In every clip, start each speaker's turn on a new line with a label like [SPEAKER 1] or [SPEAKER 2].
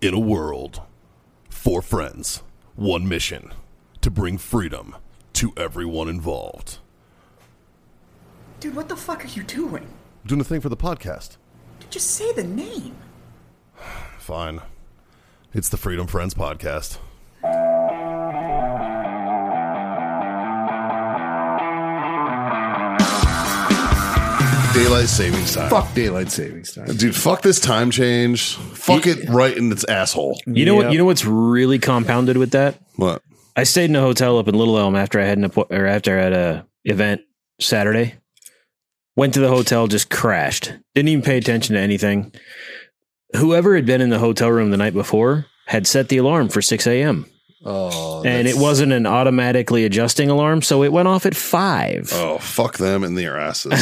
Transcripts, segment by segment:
[SPEAKER 1] In a world, four friends, one mission to bring freedom to everyone involved.
[SPEAKER 2] Dude, what the fuck are you doing?
[SPEAKER 1] Doing a thing for the podcast.
[SPEAKER 2] Just say the name.
[SPEAKER 1] Fine. It's the Freedom Friends Podcast. Daylight savings time.
[SPEAKER 3] Fuck daylight savings time.
[SPEAKER 1] Dude, fuck this time change. Fuck it right in its asshole.
[SPEAKER 4] You know
[SPEAKER 3] Yep.
[SPEAKER 4] what? You know what's really compounded with that?
[SPEAKER 1] What?
[SPEAKER 4] I stayed in a hotel up in Little Elm after I had an appo- or after I had a event Saturday. Went to the hotel, just crashed. Didn't even pay attention to anything. Whoever had been in the hotel room the night before had set the alarm for six a.m.
[SPEAKER 3] Oh,
[SPEAKER 4] and
[SPEAKER 3] that's-
[SPEAKER 4] it wasn't an automatically adjusting alarm, so it went off at five.
[SPEAKER 1] Oh, fuck them in their asses.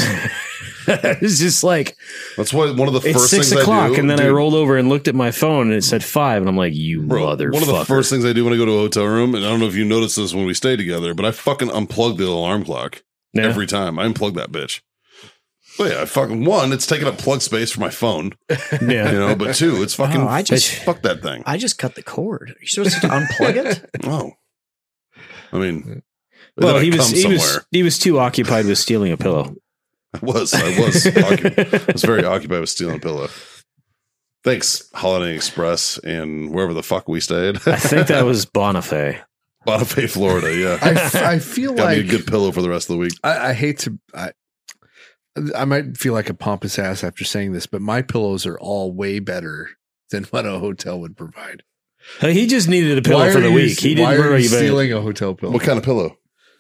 [SPEAKER 4] it's just like
[SPEAKER 1] That's what one of the
[SPEAKER 4] it's
[SPEAKER 1] first
[SPEAKER 4] six
[SPEAKER 1] things
[SPEAKER 4] o'clock,
[SPEAKER 1] I do.
[SPEAKER 4] and then I
[SPEAKER 1] dude,
[SPEAKER 4] rolled over and looked at my phone, and it said five, and I'm like, "You
[SPEAKER 1] Bro,
[SPEAKER 4] motherfucker!"
[SPEAKER 1] One of the first things I do when I go to a hotel room, and I don't know if you noticed this when we stay together, but I fucking unplug the alarm clock
[SPEAKER 4] Yeah.
[SPEAKER 1] every time. I unplug that bitch. Well, yeah, I fucking one, it's taking up plug space for my phone,
[SPEAKER 4] yeah.
[SPEAKER 1] you know. But two, it's fucking.
[SPEAKER 5] Oh, I just-
[SPEAKER 1] fuck that thing.
[SPEAKER 5] I just cut the cord. Are you supposed to unplug it?
[SPEAKER 1] oh, I mean,
[SPEAKER 4] Well,
[SPEAKER 1] then
[SPEAKER 4] he
[SPEAKER 1] I'd
[SPEAKER 4] was
[SPEAKER 1] come
[SPEAKER 4] he was
[SPEAKER 1] somewhere.
[SPEAKER 4] he was too occupied with stealing a pillow.
[SPEAKER 1] I was, I was, occup- I was very occupied with stealing a pillow. Thanks, Holiday Express, and wherever the fuck we stayed,
[SPEAKER 4] I think that was Bonifay.
[SPEAKER 1] Bonifay, Florida. Yeah,
[SPEAKER 3] I, f- I feel
[SPEAKER 1] got me a
[SPEAKER 3] like
[SPEAKER 1] good pillow for the rest of the week.
[SPEAKER 3] I, I hate to. I, I might feel like a pompous ass after saying this, but my pillows are all way better than what a hotel would provide.
[SPEAKER 4] Hey, He just needed a pillow
[SPEAKER 3] Why
[SPEAKER 4] for
[SPEAKER 3] are
[SPEAKER 4] the
[SPEAKER 3] you-
[SPEAKER 4] week. He
[SPEAKER 3] why
[SPEAKER 4] didn't
[SPEAKER 3] are
[SPEAKER 4] worry
[SPEAKER 3] you
[SPEAKER 4] about it.
[SPEAKER 3] stealing a hotel pillow.
[SPEAKER 1] What kind of pillow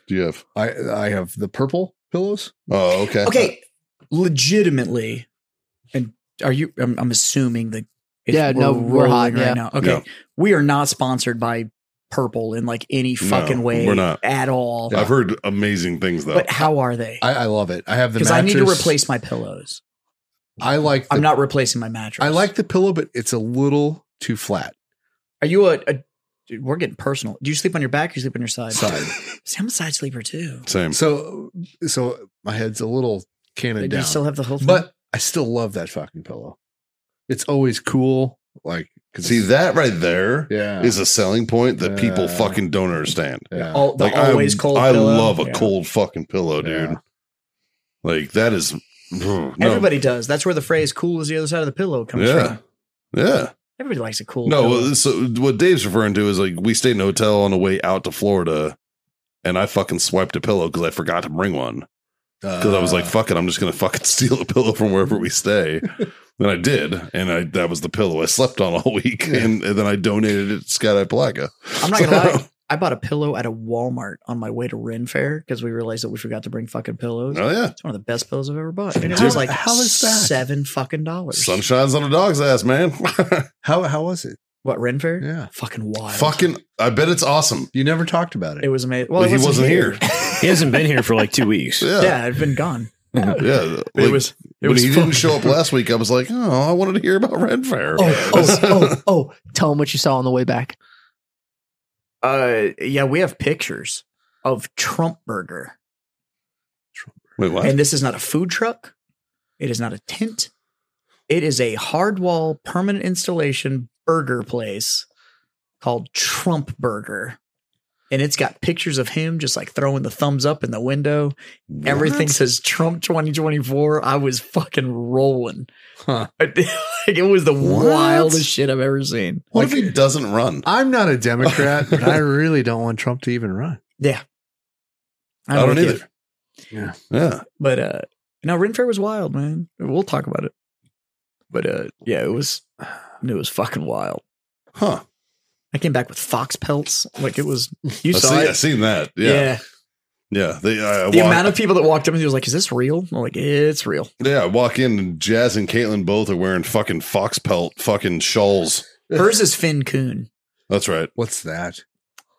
[SPEAKER 1] do you have?
[SPEAKER 3] I I have the purple pillows.
[SPEAKER 1] Oh, okay.
[SPEAKER 5] Okay, legitimately, and are you? I'm, I'm assuming that. if
[SPEAKER 6] Yeah, no, we're hot,
[SPEAKER 5] rolling right
[SPEAKER 6] yeah.
[SPEAKER 5] now. Okay,
[SPEAKER 1] No.
[SPEAKER 5] we are not sponsored by Purple in like any fucking way.
[SPEAKER 1] we're not.
[SPEAKER 5] at all.
[SPEAKER 1] I've heard amazing things though.
[SPEAKER 5] But how are they?
[SPEAKER 3] I, I love it. I have the
[SPEAKER 5] Because
[SPEAKER 3] mattress.
[SPEAKER 5] I need to replace my pillows.
[SPEAKER 3] I like. The,
[SPEAKER 5] I'm not replacing my mattress.
[SPEAKER 3] I like the pillow, but it's a little too flat.
[SPEAKER 5] Are you a? a dude, we're getting personal. Do you sleep on your back? or You sleep on your side.
[SPEAKER 3] Side.
[SPEAKER 5] See, I'm a side sleeper too.
[SPEAKER 1] Same.
[SPEAKER 3] So so my head's a little cannon
[SPEAKER 5] Do you
[SPEAKER 3] down.
[SPEAKER 5] still have the whole thing?
[SPEAKER 3] but I still love that fucking pillow. It's always cool. Like, 'cause
[SPEAKER 1] See that right there is
[SPEAKER 3] Yeah.
[SPEAKER 1] a selling point that people
[SPEAKER 3] Yeah.
[SPEAKER 1] fucking don't understand.
[SPEAKER 3] yeah.
[SPEAKER 5] all, the
[SPEAKER 1] Like
[SPEAKER 5] always
[SPEAKER 1] I,
[SPEAKER 5] cold.
[SPEAKER 1] I
[SPEAKER 5] pillow.
[SPEAKER 1] love a
[SPEAKER 5] Yeah.
[SPEAKER 1] cold fucking pillow, dude.
[SPEAKER 3] Yeah.
[SPEAKER 1] Like that is no.
[SPEAKER 5] Everybody does. That's where the phrase "cool is the other side of the pillow" comes
[SPEAKER 1] Yeah.
[SPEAKER 5] from.
[SPEAKER 1] Yeah.
[SPEAKER 5] Everybody likes a cool.
[SPEAKER 1] No,
[SPEAKER 5] pillow.
[SPEAKER 1] so what Dave's referring to is like we stayed in a hotel on the way out to Florida and I fucking swiped a pillow because I forgot to bring one. because I was
[SPEAKER 5] Ah.
[SPEAKER 1] like, "Fuck it, I'm just gonna fucking steal a pillow from wherever we stay." and I did, and I that was the pillow I slept on all week, and, and then I donated it to Sky High Placa.
[SPEAKER 5] I'm not gonna lie. I bought a pillow at a Walmart on my way to Ren Fair because we realized that we forgot to bring fucking pillows.
[SPEAKER 1] Oh yeah,
[SPEAKER 5] It's one of the best pillows I've ever bought, and it
[SPEAKER 1] Dude,
[SPEAKER 5] was like
[SPEAKER 3] how is that?
[SPEAKER 5] seven fucking dollars.
[SPEAKER 1] sun shines on a dog's ass, man.
[SPEAKER 3] how how was it?
[SPEAKER 5] What Ren Fair?
[SPEAKER 3] Yeah.
[SPEAKER 5] fucking wild.
[SPEAKER 1] fucking, I bet it's awesome.
[SPEAKER 3] You never talked about it.
[SPEAKER 5] It was amazing.
[SPEAKER 1] Well,
[SPEAKER 5] Well, it
[SPEAKER 1] he wasn't here.
[SPEAKER 4] He hasn't been here for like two weeks.
[SPEAKER 1] Yeah, yeah.
[SPEAKER 5] Yeah, I've been gone.
[SPEAKER 1] like,
[SPEAKER 5] it was. It
[SPEAKER 1] when
[SPEAKER 5] was
[SPEAKER 1] he
[SPEAKER 5] fun.
[SPEAKER 1] didn't show up last week, I was like, "Oh, I wanted to hear about Red Fair."
[SPEAKER 6] Oh, oh, oh, oh, tell him what you saw on the way back.
[SPEAKER 5] Uh, yeah, we have pictures of Trump Burger,
[SPEAKER 1] Wait, what?
[SPEAKER 5] and this is not a food truck. It is not a tent. It is a hard wall permanent installation burger place called Trump Burger. And it's got pictures of him just like throwing the thumbs up in the window. Everything says Trump 2024. I was fucking rolling.
[SPEAKER 3] Huh.
[SPEAKER 5] Like, it was the
[SPEAKER 1] What?
[SPEAKER 5] wildest shit I've ever seen.
[SPEAKER 1] what if he doesn't run?
[SPEAKER 3] I'm not a Democrat, and I really don't want Trump to even run.
[SPEAKER 5] Yeah.
[SPEAKER 1] I don't
[SPEAKER 5] with you.
[SPEAKER 1] either.
[SPEAKER 3] Yeah.
[SPEAKER 1] Yeah,
[SPEAKER 5] But uh no, Ren Fair was wild, man. We'll talk about it. But uh yeah, it was it was fucking wild.
[SPEAKER 1] huh?
[SPEAKER 5] I came back with fox pelts. Like it was you
[SPEAKER 1] I
[SPEAKER 5] saw
[SPEAKER 1] see, I
[SPEAKER 5] it.
[SPEAKER 1] seen that. Yeah, yeah. They, I, I
[SPEAKER 5] The
[SPEAKER 1] walked-
[SPEAKER 5] amount of people that walked up and he was like, Is this real? I'm like, it's real.
[SPEAKER 1] Yeah, I walk in and Jazz and Caitlin both are wearing fucking fox pelt fucking shawls.
[SPEAKER 5] Hers is Finn Coon.
[SPEAKER 1] That's right.
[SPEAKER 3] What's that?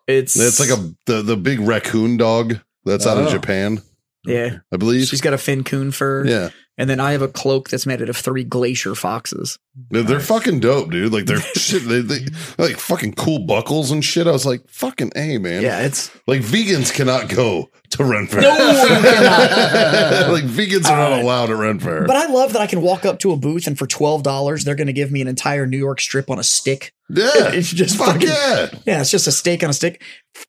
[SPEAKER 5] It's
[SPEAKER 1] It's like a the, the big raccoon dog that's out of
[SPEAKER 3] Oh.
[SPEAKER 1] Japan,
[SPEAKER 5] Yeah.
[SPEAKER 1] I believe.
[SPEAKER 5] She's got a Finn Coon fur.
[SPEAKER 1] yeah.
[SPEAKER 5] And then I have a cloak that's made out of three glacier foxes.
[SPEAKER 1] They're, they're fucking dope, dude. Like they're shit they, they like fucking cool buckles and shit. I was like, fucking A man.
[SPEAKER 5] Yeah, it's
[SPEAKER 1] Like vegans cannot go to to Ren Fair.
[SPEAKER 5] you cannot.
[SPEAKER 1] like vegans are not allowed at Ren Fair.
[SPEAKER 5] But I love that I can walk up to a booth and for twelve dollars they're going to give me an entire New York strip on a stick.
[SPEAKER 1] yeah,
[SPEAKER 5] It's just
[SPEAKER 1] fuck
[SPEAKER 5] fucking
[SPEAKER 1] yeah.
[SPEAKER 5] yeah, it's just a steak on a stick.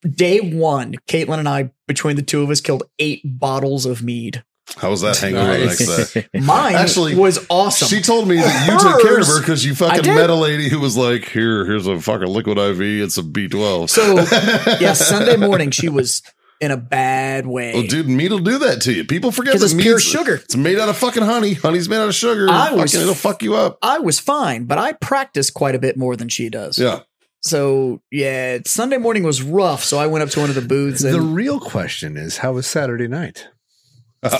[SPEAKER 5] Day one, Caitlin and I between the two of us killed eight bottles of mead.
[SPEAKER 1] How was that hangover the next day?
[SPEAKER 5] Mine
[SPEAKER 1] Actually,
[SPEAKER 5] was awesome.
[SPEAKER 1] She told me that you took care of her
[SPEAKER 5] Hers-
[SPEAKER 1] because you
[SPEAKER 5] I
[SPEAKER 1] fucking
[SPEAKER 5] did.
[SPEAKER 1] met a lady who was like, "Here, here's a fucking liquid IV and some B12."
[SPEAKER 5] So, yeah, Sunday morning she was in a bad way.
[SPEAKER 1] Well, Oh, dude, meat'll do that to you. People forget
[SPEAKER 5] 'Cause
[SPEAKER 1] that
[SPEAKER 5] it's pure
[SPEAKER 1] meat's-
[SPEAKER 5] sugar.
[SPEAKER 1] It's made out of fucking honey. Honey's made out of sugar.
[SPEAKER 5] I
[SPEAKER 1] Fucking,
[SPEAKER 5] was-
[SPEAKER 1] it'll fuck you up.
[SPEAKER 5] I was fine, but I practiced quite a bit more than she does.
[SPEAKER 1] Yeah,
[SPEAKER 5] So yeah, Sunday morning was rough. So I went up to one of the booths
[SPEAKER 3] The
[SPEAKER 5] and
[SPEAKER 3] real question is, how was Saturday night?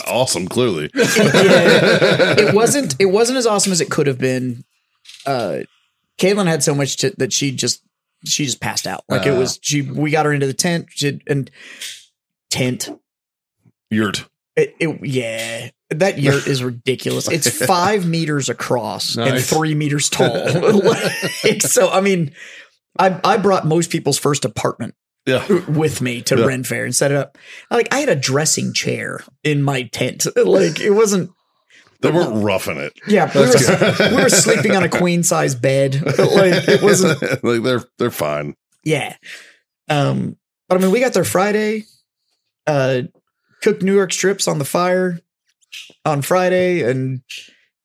[SPEAKER 1] awesome. Clearly,
[SPEAKER 5] Yeah. it wasn't it wasn't as awesome as it could have been. Uh, Caitlin had so much to, that she just she just passed out. Like it was she we got her into the tent she, and tent.
[SPEAKER 1] yurt.
[SPEAKER 5] It, it yeah. That yurt is ridiculous. It's five meters across and
[SPEAKER 3] Nice.
[SPEAKER 5] three meters tall. Like, so I mean, I I brought most people's first apartment.
[SPEAKER 1] Yeah,
[SPEAKER 5] with me to
[SPEAKER 1] Yeah.
[SPEAKER 5] Ren Fair and set it up. Like I had a dressing chair in my tent. Like it wasn't.
[SPEAKER 1] they weren't roughing it.
[SPEAKER 5] Yeah, we were, we were sleeping on a queen size bed. Like it wasn't.
[SPEAKER 1] like they're they're fine.
[SPEAKER 5] Yeah. Um. But I mean, we got there Friday. Uh, cooked New York strips on the fire on Friday and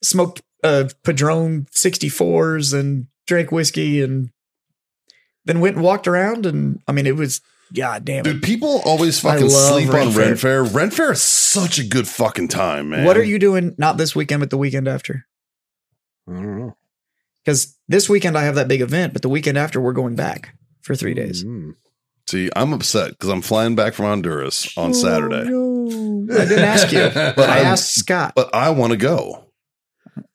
[SPEAKER 5] smoked uh Padron sixty fours and drank whiskey and then went and walked around and I mean it was god damn it.
[SPEAKER 1] Dude, people always
[SPEAKER 5] I
[SPEAKER 1] fucking
[SPEAKER 5] love
[SPEAKER 1] sleep
[SPEAKER 5] Ren
[SPEAKER 1] on Ren Fair. Ren Fair is such a good fucking time, man.
[SPEAKER 5] What are you doing? Not this weekend, but the weekend after.
[SPEAKER 3] I don't know.
[SPEAKER 5] Because this weekend I have that big event, but the weekend after we're going back for three days.
[SPEAKER 3] Mm.
[SPEAKER 1] See, I'm upset because I'm flying back from Honduras
[SPEAKER 5] Oh,
[SPEAKER 1] on Saturday,
[SPEAKER 5] I didn't ask you, but I
[SPEAKER 1] I'm-
[SPEAKER 5] asked Scott.
[SPEAKER 1] but I want to go.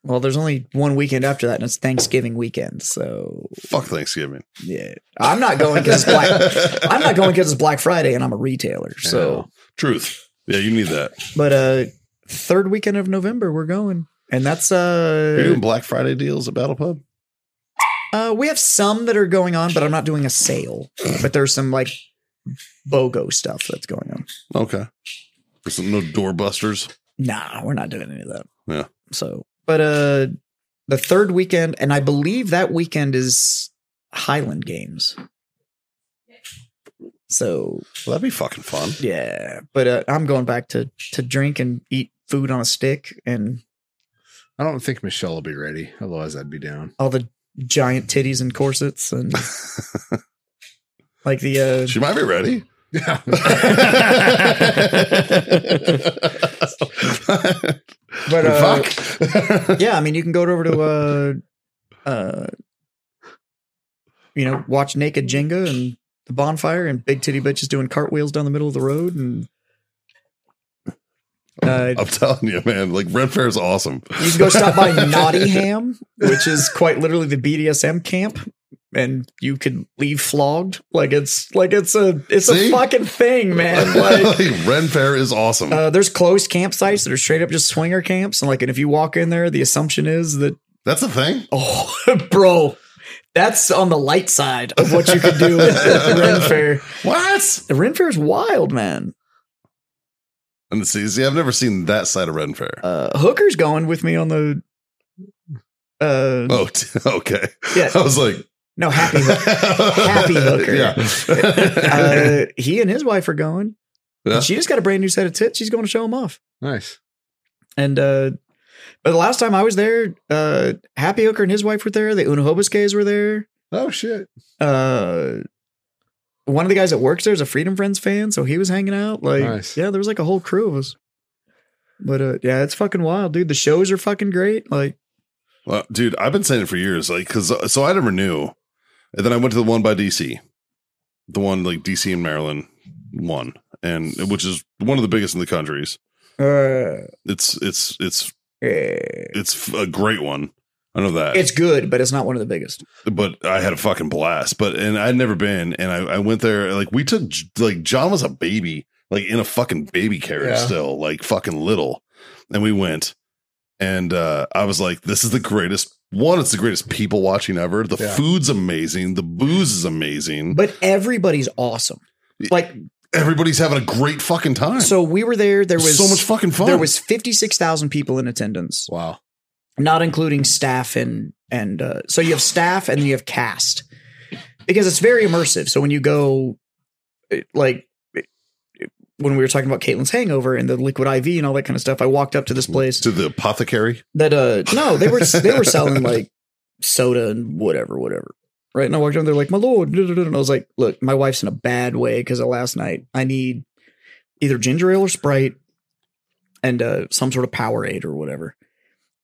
[SPEAKER 5] Well, there's only one weekend after that, and it's Thanksgiving weekend. So
[SPEAKER 1] Fuck Thanksgiving.
[SPEAKER 5] yeah, I'm not going because it's Black. I'm not going because it's Black Friday, and I'm a retailer. So,
[SPEAKER 1] Truth. Yeah, you need that.
[SPEAKER 5] but uh, third weekend of November we're going, and that's
[SPEAKER 1] Are you
[SPEAKER 5] uh,
[SPEAKER 1] doing Black Friday deals at Battle Pub?
[SPEAKER 5] uh, we have some that are going on, but I'm not doing a sale. But there's some like BOGO stuff that's going on.
[SPEAKER 1] Okay. There's no doorbusters.
[SPEAKER 5] nah, we're not doing any of that.
[SPEAKER 1] Yeah.
[SPEAKER 5] So, but uh, the third weekend, and I believe that weekend is Highland Games. So
[SPEAKER 1] Well, that'd be fucking fun.
[SPEAKER 5] yeah, but uh, I'm going back to to drink and eat food on a stick and
[SPEAKER 3] I don't think Michelle will be ready. Otherwise, I'd be down.
[SPEAKER 5] all the giant titties and corsets and like the uh,
[SPEAKER 1] She might be ready.
[SPEAKER 3] Yeah.
[SPEAKER 5] but uh,
[SPEAKER 1] Fuck.
[SPEAKER 5] yeah, I mean, you can go over to uh, uh, you know, watch Naked Jenga and the bonfire and big titty bitches doing cartwheels down the middle of the road and uh,
[SPEAKER 1] I'm telling you, man. Like Red Fair is awesome.
[SPEAKER 5] you can go stop by Naughty Ham, which is quite literally the BDSM camp. And you could leave flogged, like it's like it's a it's
[SPEAKER 1] See?
[SPEAKER 5] a fucking thing, man. Like,
[SPEAKER 1] like, Ren Fair is awesome.
[SPEAKER 5] uh, there's closed campsites that are straight up just swinger camps, and like, and if you walk in there, the assumption is that
[SPEAKER 1] That's the thing.
[SPEAKER 5] Oh, bro, that's on the light side of what you could do at the Ren Fair.
[SPEAKER 1] What?
[SPEAKER 5] The Ren Fair is wild, man.
[SPEAKER 1] And see, see, I've never seen that side of Ren Fair.
[SPEAKER 5] Uh, Hooker's going with me on the. Uh,
[SPEAKER 1] oh, t- okay.
[SPEAKER 5] Yeah.
[SPEAKER 1] I was like,
[SPEAKER 5] no, happy. Hook-
[SPEAKER 1] happy
[SPEAKER 5] hooker.
[SPEAKER 1] Yeah.
[SPEAKER 5] Uh, he and his wife are going.
[SPEAKER 1] Yeah.
[SPEAKER 5] She just got a brand new set of tits. She's going to show them off.
[SPEAKER 3] nice.
[SPEAKER 5] And uh, but the last time I was there, uh, Happy Hooker and his wife were there. The Unahobasques were there.
[SPEAKER 3] Oh shit.
[SPEAKER 5] uh one of the guys that works there is a Freedom Friends fan, so he was hanging out. Like,
[SPEAKER 3] Nice.
[SPEAKER 5] yeah, there was like a whole crew of us. But uh, yeah, it's fucking wild, dude. The shows are fucking great. Like,
[SPEAKER 1] Well, dude, I've been saying it for years. Like, cause uh, so I never knew. And then I went to the one by DC, the one like DC and Maryland one, and which is one of the biggest in the countries.
[SPEAKER 5] uh,
[SPEAKER 1] It's, it's, it's,
[SPEAKER 5] eh,
[SPEAKER 1] it's a great one. I know that.
[SPEAKER 5] it's good, but it's not one of the biggest.
[SPEAKER 1] but I had a fucking blast. But and I'd never been, and I, I went there. Like we took, J- like John was a baby, like in a fucking baby carriage,
[SPEAKER 3] Yeah.
[SPEAKER 1] still like fucking little. And we went, and uh I was like, "This is the greatest one. It's the greatest people watching ever. The
[SPEAKER 3] Yeah.
[SPEAKER 1] food's amazing. The booze is amazing.
[SPEAKER 5] But everybody's awesome. Like,
[SPEAKER 1] everybody's having a great fucking time.
[SPEAKER 5] So we were there. There was
[SPEAKER 1] so much fucking fun.
[SPEAKER 5] There was fifty six thousand people in attendance,
[SPEAKER 3] Wow.
[SPEAKER 5] not including staff and and uh, so you have staff and then you have cast because it's very immersive. So when you go, it- like it- it- when we were talking about Caitlin's hangover and the liquid IV and all that kind of stuff, I walked up to this place
[SPEAKER 1] to the apothecary.
[SPEAKER 5] that uh no they were they were selling like soda and whatever whatever right and i walked in they're like my lord da, da, da," and i was like look my wife's in a bad way because of last night i need either ginger ale or sprite and uh some sort of powerade or whatever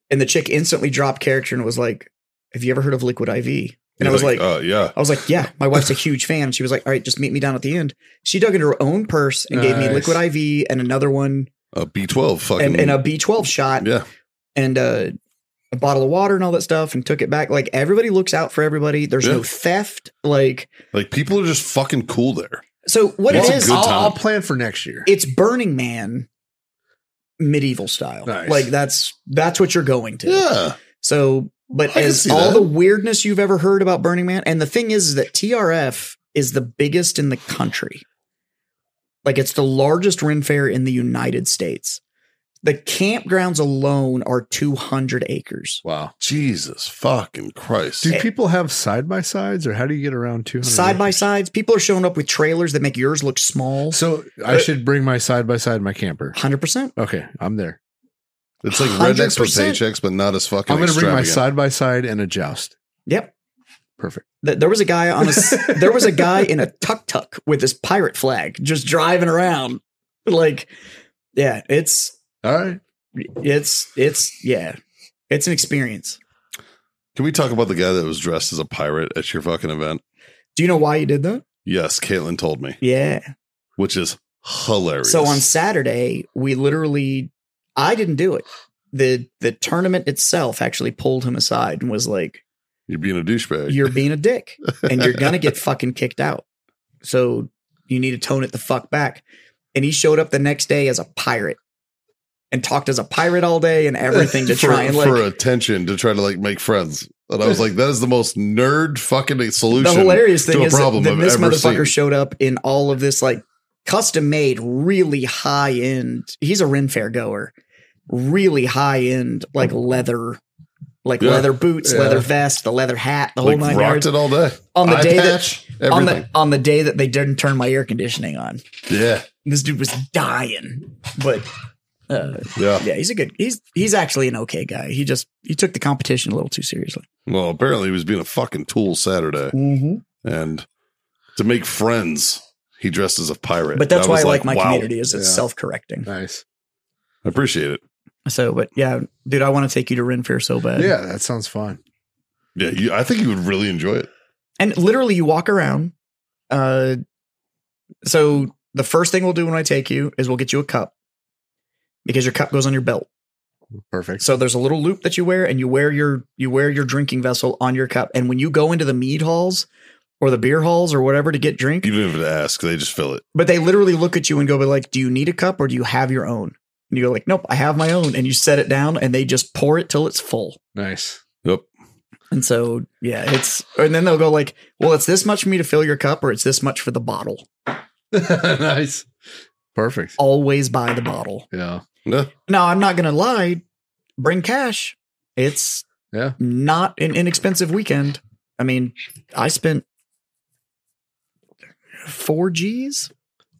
[SPEAKER 5] and the chick instantly dropped character and was like have you ever heard of liquid iv and i
[SPEAKER 1] You're
[SPEAKER 5] was like,
[SPEAKER 1] uh, yeah.
[SPEAKER 5] I was like, yeah, my wife's a huge fan. She was like, all right, just meet me down at the end. She dug into her own purse and gave me
[SPEAKER 3] Nice.
[SPEAKER 5] Liquid IV and another one
[SPEAKER 1] A B twelve fucking
[SPEAKER 5] and, and a B12 shot
[SPEAKER 1] yeah.
[SPEAKER 5] and uh, a bottle of water and all that stuff and took it back. Like everybody looks out for everybody. There's no
[SPEAKER 1] Yeah.
[SPEAKER 5] theft. Like
[SPEAKER 1] Like people are just fucking cool there.
[SPEAKER 5] so, what
[SPEAKER 1] It's
[SPEAKER 5] it
[SPEAKER 1] a
[SPEAKER 5] is,
[SPEAKER 1] good
[SPEAKER 3] I'll,
[SPEAKER 1] time.
[SPEAKER 3] I'll plan for next year.
[SPEAKER 5] it's Burning Man medieval style.
[SPEAKER 3] Nice.
[SPEAKER 5] Like that's that's what you're going to.
[SPEAKER 1] Yeah.
[SPEAKER 5] So, but
[SPEAKER 1] I can
[SPEAKER 5] as
[SPEAKER 1] see
[SPEAKER 5] all
[SPEAKER 1] that.
[SPEAKER 5] the weirdness you've ever heard about Burning Man, and the thing is, is that TRF is the biggest in the country. Like it's the largest Ren Fair in the United States. The campgrounds alone are 200 acres.
[SPEAKER 3] wow.
[SPEAKER 1] Jesus fucking Christ.
[SPEAKER 3] Do people have side by sides or how do you get around 200?
[SPEAKER 5] side by sides. People are showing up with trailers that make yours look small.
[SPEAKER 3] So I
[SPEAKER 1] Uh,
[SPEAKER 3] should bring my side by side my camper.
[SPEAKER 5] Hundred percent.
[SPEAKER 3] Okay, I'm there.
[SPEAKER 1] It's like rednecks for
[SPEAKER 5] 100%.
[SPEAKER 1] paychecks, but not as fucking.
[SPEAKER 3] I'm going to bring my
[SPEAKER 1] extravagant.
[SPEAKER 3] side by side and a joust.
[SPEAKER 5] Yep.
[SPEAKER 3] Perfect.
[SPEAKER 5] Th- There was a guy on a s- there was a guy in a tuk tuk with his pirate flag just driving around. Like, yeah, it's
[SPEAKER 3] All right.
[SPEAKER 5] it's it's yeah, it's an experience.
[SPEAKER 1] Can we talk about the guy that was dressed as a pirate at your fucking event?
[SPEAKER 5] Do you know why you did that?
[SPEAKER 1] Yes, Caitlin told me,
[SPEAKER 5] Yeah.
[SPEAKER 1] which is hilarious.
[SPEAKER 5] So on Saturday, we literally I didn't do it. The the tournament itself actually pulled him aside and was like,
[SPEAKER 1] you're being a douchebag.
[SPEAKER 5] you're being a dick and you're gonna get fucking kicked out. So you need to tone it the fuck back. And he showed up the next day as a pirate and talked as a pirate all day and everything to
[SPEAKER 1] for,
[SPEAKER 5] try and
[SPEAKER 1] for
[SPEAKER 5] like
[SPEAKER 1] attention to try to like make friends. And I was like, that is the most nerd fucking solution.
[SPEAKER 5] the hilarious thing
[SPEAKER 1] to a
[SPEAKER 5] is that
[SPEAKER 1] problem
[SPEAKER 5] that
[SPEAKER 1] I've
[SPEAKER 5] this
[SPEAKER 1] ever
[SPEAKER 5] motherfucker
[SPEAKER 1] seen.
[SPEAKER 5] showed up in all of this like custom made, really high end. He's a Ren Fair goer, really high end like leather, like
[SPEAKER 1] Mm. Yeah.
[SPEAKER 5] leather boots,
[SPEAKER 3] Yeah.
[SPEAKER 5] leather vest, the leather hat, the whole
[SPEAKER 1] like
[SPEAKER 5] nine yards.
[SPEAKER 1] rocked it all day
[SPEAKER 5] On the
[SPEAKER 1] Eye
[SPEAKER 5] day that
[SPEAKER 1] patch,
[SPEAKER 5] on
[SPEAKER 1] everything.
[SPEAKER 5] the on the day that they didn't turn my air conditioning on.
[SPEAKER 1] yeah,
[SPEAKER 5] this dude was dying but uh,
[SPEAKER 1] yeah.
[SPEAKER 5] yeah he's a good he's he's actually an okay guy he just he took the competition a little too seriously
[SPEAKER 1] Well, apparently he was being a fucking tool Saturday,
[SPEAKER 3] Mm-hmm.
[SPEAKER 1] and to make friends, he dressed as a pirate.
[SPEAKER 5] but that's
[SPEAKER 1] And
[SPEAKER 5] why i
[SPEAKER 1] was
[SPEAKER 5] like, my
[SPEAKER 1] wow.
[SPEAKER 5] community is it's
[SPEAKER 3] Yeah.
[SPEAKER 5] self-correcting
[SPEAKER 3] Nice.
[SPEAKER 1] I appreciate it.
[SPEAKER 5] so but yeah dude i want to take you to Ren Fair so bad
[SPEAKER 3] Yeah, that sounds fun.
[SPEAKER 1] Yeah, you, I think you would really enjoy it.
[SPEAKER 5] and literally you walk around uh so the first thing we'll do when i take you is we'll get you a cup because your cup goes on your belt
[SPEAKER 3] Perfect.
[SPEAKER 5] So there's a little loop that you wear, and you wear your you wear your drinking vessel on your cup. And when you go into the mead halls or the beer halls or whatever to get drink,
[SPEAKER 1] You don't have to ask; they just fill it.
[SPEAKER 5] but they literally look at you and go, "But like, do you need a cup or do you have your own?" And you go like, "Nope, I have my own." And you set it down, and they just pour it till it's full.
[SPEAKER 3] Nice.
[SPEAKER 1] Yep.
[SPEAKER 5] And so yeah, it's and then they'll go like, "Well, it's this much for me to fill your cup, or it's this much for the bottle."
[SPEAKER 3] nice. Perfect.
[SPEAKER 5] Always buy the bottle.
[SPEAKER 3] Yeah.
[SPEAKER 1] Yeah.
[SPEAKER 5] Now I'm not gonna lie, bring cash. It's
[SPEAKER 3] Yeah.
[SPEAKER 5] not an inexpensive weekend. I mean, I spent four G's.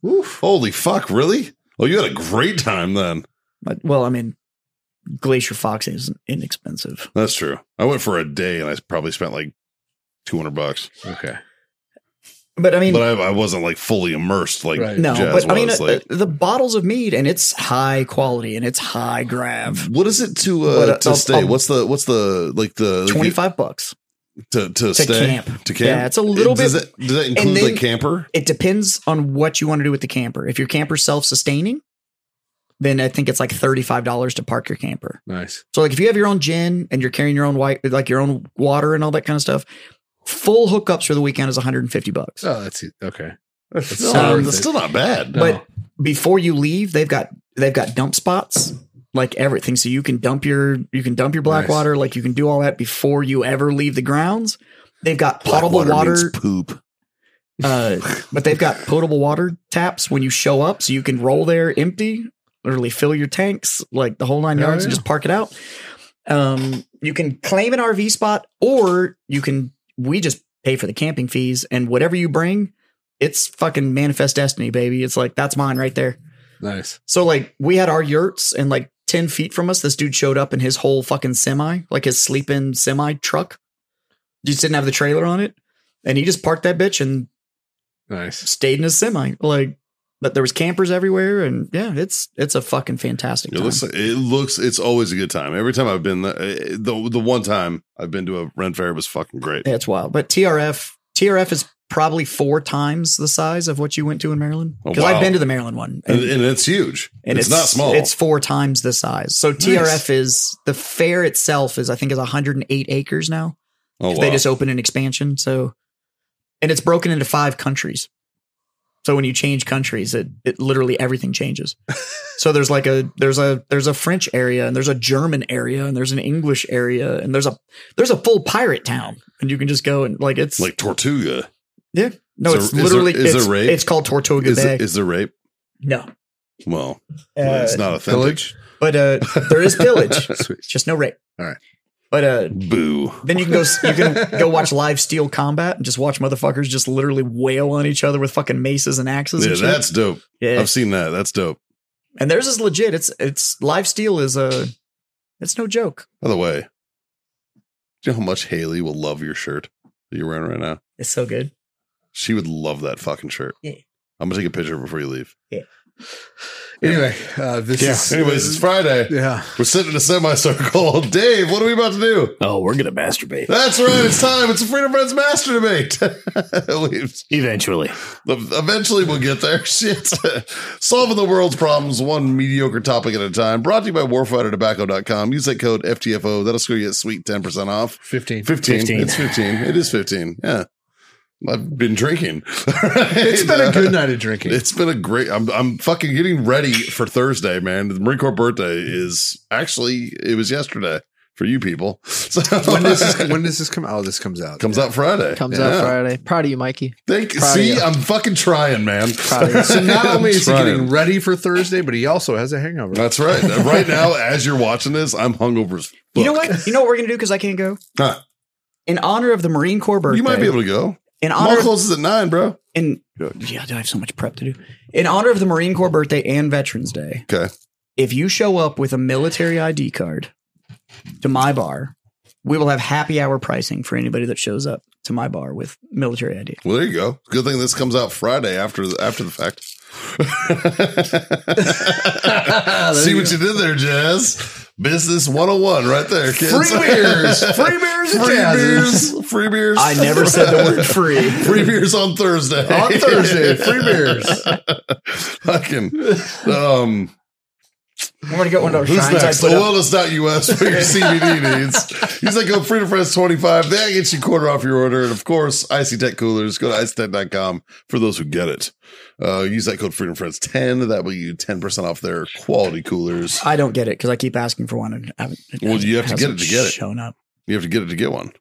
[SPEAKER 1] Oof. Holy fuck! Really? Oh, you had a great time then.
[SPEAKER 5] But, well, I mean, Glacier Fox is inexpensive.
[SPEAKER 1] That's true. I went for a day, and I probably spent like two hundred bucks.
[SPEAKER 3] Okay.
[SPEAKER 5] But I mean,
[SPEAKER 1] But I, I wasn't like fully immersed. Like
[SPEAKER 3] Right.
[SPEAKER 5] no.
[SPEAKER 1] Jazz
[SPEAKER 5] but I mean,
[SPEAKER 1] was,
[SPEAKER 5] uh,
[SPEAKER 1] like-
[SPEAKER 5] uh, the bottles of mead and it's high quality and it's high grav.
[SPEAKER 1] what is it to uh,
[SPEAKER 5] What, uh,
[SPEAKER 1] to
[SPEAKER 5] I'll-
[SPEAKER 1] stay?
[SPEAKER 5] I'll-
[SPEAKER 1] what's the what's the like the like,
[SPEAKER 5] Twenty five bucks.
[SPEAKER 1] to to,
[SPEAKER 5] to
[SPEAKER 1] stay
[SPEAKER 5] camp.
[SPEAKER 1] to camp?
[SPEAKER 5] Yeah, it's a little
[SPEAKER 1] does
[SPEAKER 5] bit-
[SPEAKER 1] That, does that include
[SPEAKER 5] then-
[SPEAKER 1] like camper?
[SPEAKER 5] It depends on what you want to do with the camper. If your camper's self sustaining, then I think it's like thirty five dollars to park your camper.
[SPEAKER 3] Nice.
[SPEAKER 5] So like if you have your own gin and you're carrying your own white like your own water and all that kind of stuff, full hookups for the weekend is 150 bucks.
[SPEAKER 3] Oh, that's it. Okay.
[SPEAKER 1] That's,
[SPEAKER 5] not
[SPEAKER 1] not,
[SPEAKER 5] worth
[SPEAKER 1] that's
[SPEAKER 3] it.
[SPEAKER 1] still not bad.
[SPEAKER 3] No.
[SPEAKER 5] But before you leave, they've got they've got dump spots, like everything. So you can dump your you can dump your black
[SPEAKER 3] Nice.
[SPEAKER 5] water, like you can do all that before you ever leave the grounds. They've got potable
[SPEAKER 1] Blackwater
[SPEAKER 5] water.
[SPEAKER 1] means poop.
[SPEAKER 5] Uh, but they've got potable water taps when you show up, so you can roll there empty, literally fill your tanks like the whole nine
[SPEAKER 3] Oh,
[SPEAKER 5] yards and
[SPEAKER 3] yeah.
[SPEAKER 5] just park it out. Um, you can claim an RV spot, or you can. We just pay for the camping fees, and whatever you bring, it's fucking manifest destiny, baby. It's like that's mine right there.
[SPEAKER 3] Nice.
[SPEAKER 5] So like we had our yurts and like 10 feet from us, this dude showed up in his whole fucking semi, like his sleeping semi truck. Just didn't have the trailer on it. And he just parked that bitch and
[SPEAKER 3] Nice.
[SPEAKER 5] stayed in his semi. Like, but there was campers everywhere, and yeah, it's it's a fucking fantastic.
[SPEAKER 1] It
[SPEAKER 5] Time.
[SPEAKER 1] looks. It looks. It's always a good time. Every time I've been the the, the one time I've been to a Ren fair it was fucking great.
[SPEAKER 5] Yeah, it's wild. But TRF TRF is probably four times the size of what you went to in Maryland.
[SPEAKER 1] Oh,
[SPEAKER 5] Because
[SPEAKER 1] wow.
[SPEAKER 5] I've been to the Maryland one.
[SPEAKER 1] And, and it's huge.
[SPEAKER 5] and
[SPEAKER 1] it's, not small.
[SPEAKER 5] It's four times the size. So TRF is the fair itself is I think is 108 acres now.
[SPEAKER 1] oh,
[SPEAKER 5] They just opened an expansion, so and it's broken into five countries. So when you change countries, it it literally everything changes. so there's like a there's a there's a French area and there's a German area and there's an English area and there's a there's a full pirate town and you can just go and like it's
[SPEAKER 1] like Tortuga.
[SPEAKER 5] no
[SPEAKER 1] is
[SPEAKER 5] it's
[SPEAKER 1] there- is
[SPEAKER 5] literally
[SPEAKER 1] there- is there
[SPEAKER 5] it's,
[SPEAKER 1] rape?
[SPEAKER 5] it's called Tortuga
[SPEAKER 1] Is
[SPEAKER 5] Bay.
[SPEAKER 1] it, is there rape?
[SPEAKER 5] no,
[SPEAKER 1] Well,
[SPEAKER 5] Uh,
[SPEAKER 1] it's not authentic.
[SPEAKER 3] Village.
[SPEAKER 5] but uh, there is pillage,
[SPEAKER 3] Sweet.
[SPEAKER 5] just no rape.
[SPEAKER 3] All right.
[SPEAKER 5] but uh,
[SPEAKER 1] Boo.
[SPEAKER 5] Then you can go you can go watch live steel combat and just watch motherfuckers just literally wail on each other with fucking maces and axes.
[SPEAKER 1] Yeah,
[SPEAKER 5] and shit.
[SPEAKER 1] that's dope.
[SPEAKER 5] yeah.
[SPEAKER 1] I've seen that. That's dope.
[SPEAKER 5] And theirs is legit. It's it's live steel is a it's no joke.
[SPEAKER 1] By the way, do you know how much Haley will love your shirt that you're wearing right now?
[SPEAKER 5] It's so good.
[SPEAKER 1] She would love that fucking shirt.
[SPEAKER 5] Yeah.
[SPEAKER 1] I'm gonna take a picture before you leave.
[SPEAKER 3] Anyway, uh, this is.
[SPEAKER 1] Anyways, it's Friday.
[SPEAKER 3] yeah.
[SPEAKER 1] We're sitting in a semicircle. Dave, what are we about to do?
[SPEAKER 4] Oh, we're gonna masturbate
[SPEAKER 1] That's right. It's time. It's a Freedom Friends Master Debate. We've-
[SPEAKER 4] eventually.
[SPEAKER 1] Eventually, we'll get there. Shit. Solving the world's problems, one mediocre topic at a time. Brought to you by warfightertobacco.com. Use that code FTFO. That'll score you a sweet 10% off.
[SPEAKER 3] 15.
[SPEAKER 1] 15.
[SPEAKER 4] 15.
[SPEAKER 1] It's 15. It is 15. Yeah. I've been drinking.
[SPEAKER 3] It's been a good night of drinking.
[SPEAKER 1] It's been a great. I'm I'm fucking getting ready for Thursday, man. The Marine Corps birthday is actually it was yesterday for you people. So
[SPEAKER 3] when does this when does this come out? Oh, this comes out.
[SPEAKER 1] comes out Friday.
[SPEAKER 6] Comes
[SPEAKER 1] Yeah.
[SPEAKER 6] out Friday. Proud of you, Mikey.
[SPEAKER 1] Thank
[SPEAKER 6] Proud of
[SPEAKER 1] see,
[SPEAKER 6] you.
[SPEAKER 1] I'm fucking trying, man.
[SPEAKER 6] Proud of you.
[SPEAKER 3] So not only is he
[SPEAKER 1] Trying.
[SPEAKER 3] getting ready for Thursday, but he also has a hangover.
[SPEAKER 1] That's right. Right now, as you're watching this, I'm hungover as fuck.
[SPEAKER 5] You know what? You know what we're gonna do because I can't go.
[SPEAKER 1] Huh.
[SPEAKER 5] In honor of the Marine Corps birthday.
[SPEAKER 1] You might be able to go.
[SPEAKER 5] in
[SPEAKER 1] Mall
[SPEAKER 5] honor
[SPEAKER 1] closes at nine, bro.
[SPEAKER 5] in yeah, dude, I have so much prep to do. In honor of the Marine Corps birthday and Veterans Day.
[SPEAKER 1] Okay.
[SPEAKER 5] If you show up with a military ID card to my bar, we will have happy hour pricing for anybody that shows up to my bar with military ID.
[SPEAKER 1] Well, there you go. Good thing this comes out Friday after the, after the fact. See what you did there, Jazz. Business 101 right there, kids.
[SPEAKER 3] Free beers, free beers, and
[SPEAKER 1] free
[SPEAKER 3] jazzes.
[SPEAKER 1] beers. Free beers.
[SPEAKER 5] I never said the word free.
[SPEAKER 1] Free beers on Thursday.
[SPEAKER 3] on Thursday. Free beers.
[SPEAKER 1] Fucking. Um,
[SPEAKER 5] I'm gonna get one of those
[SPEAKER 1] who's
[SPEAKER 5] signs I
[SPEAKER 1] next? Oh,
[SPEAKER 5] put up.
[SPEAKER 1] Wellness.us for your CBD needs. Use that code Freedom Friends 25. That gets you quarter off your order. And of course, Icy Tech Coolers. Go to icetech.com for those who get it. Uh, use that code Freedom Friends 10. That will give you 10% off their quality coolers.
[SPEAKER 5] I don't get it because I keep asking for one and I haven't. it
[SPEAKER 1] Well, you have to get it
[SPEAKER 5] hasn't
[SPEAKER 1] to get it.
[SPEAKER 5] Shown up.
[SPEAKER 1] You have to get it to get one.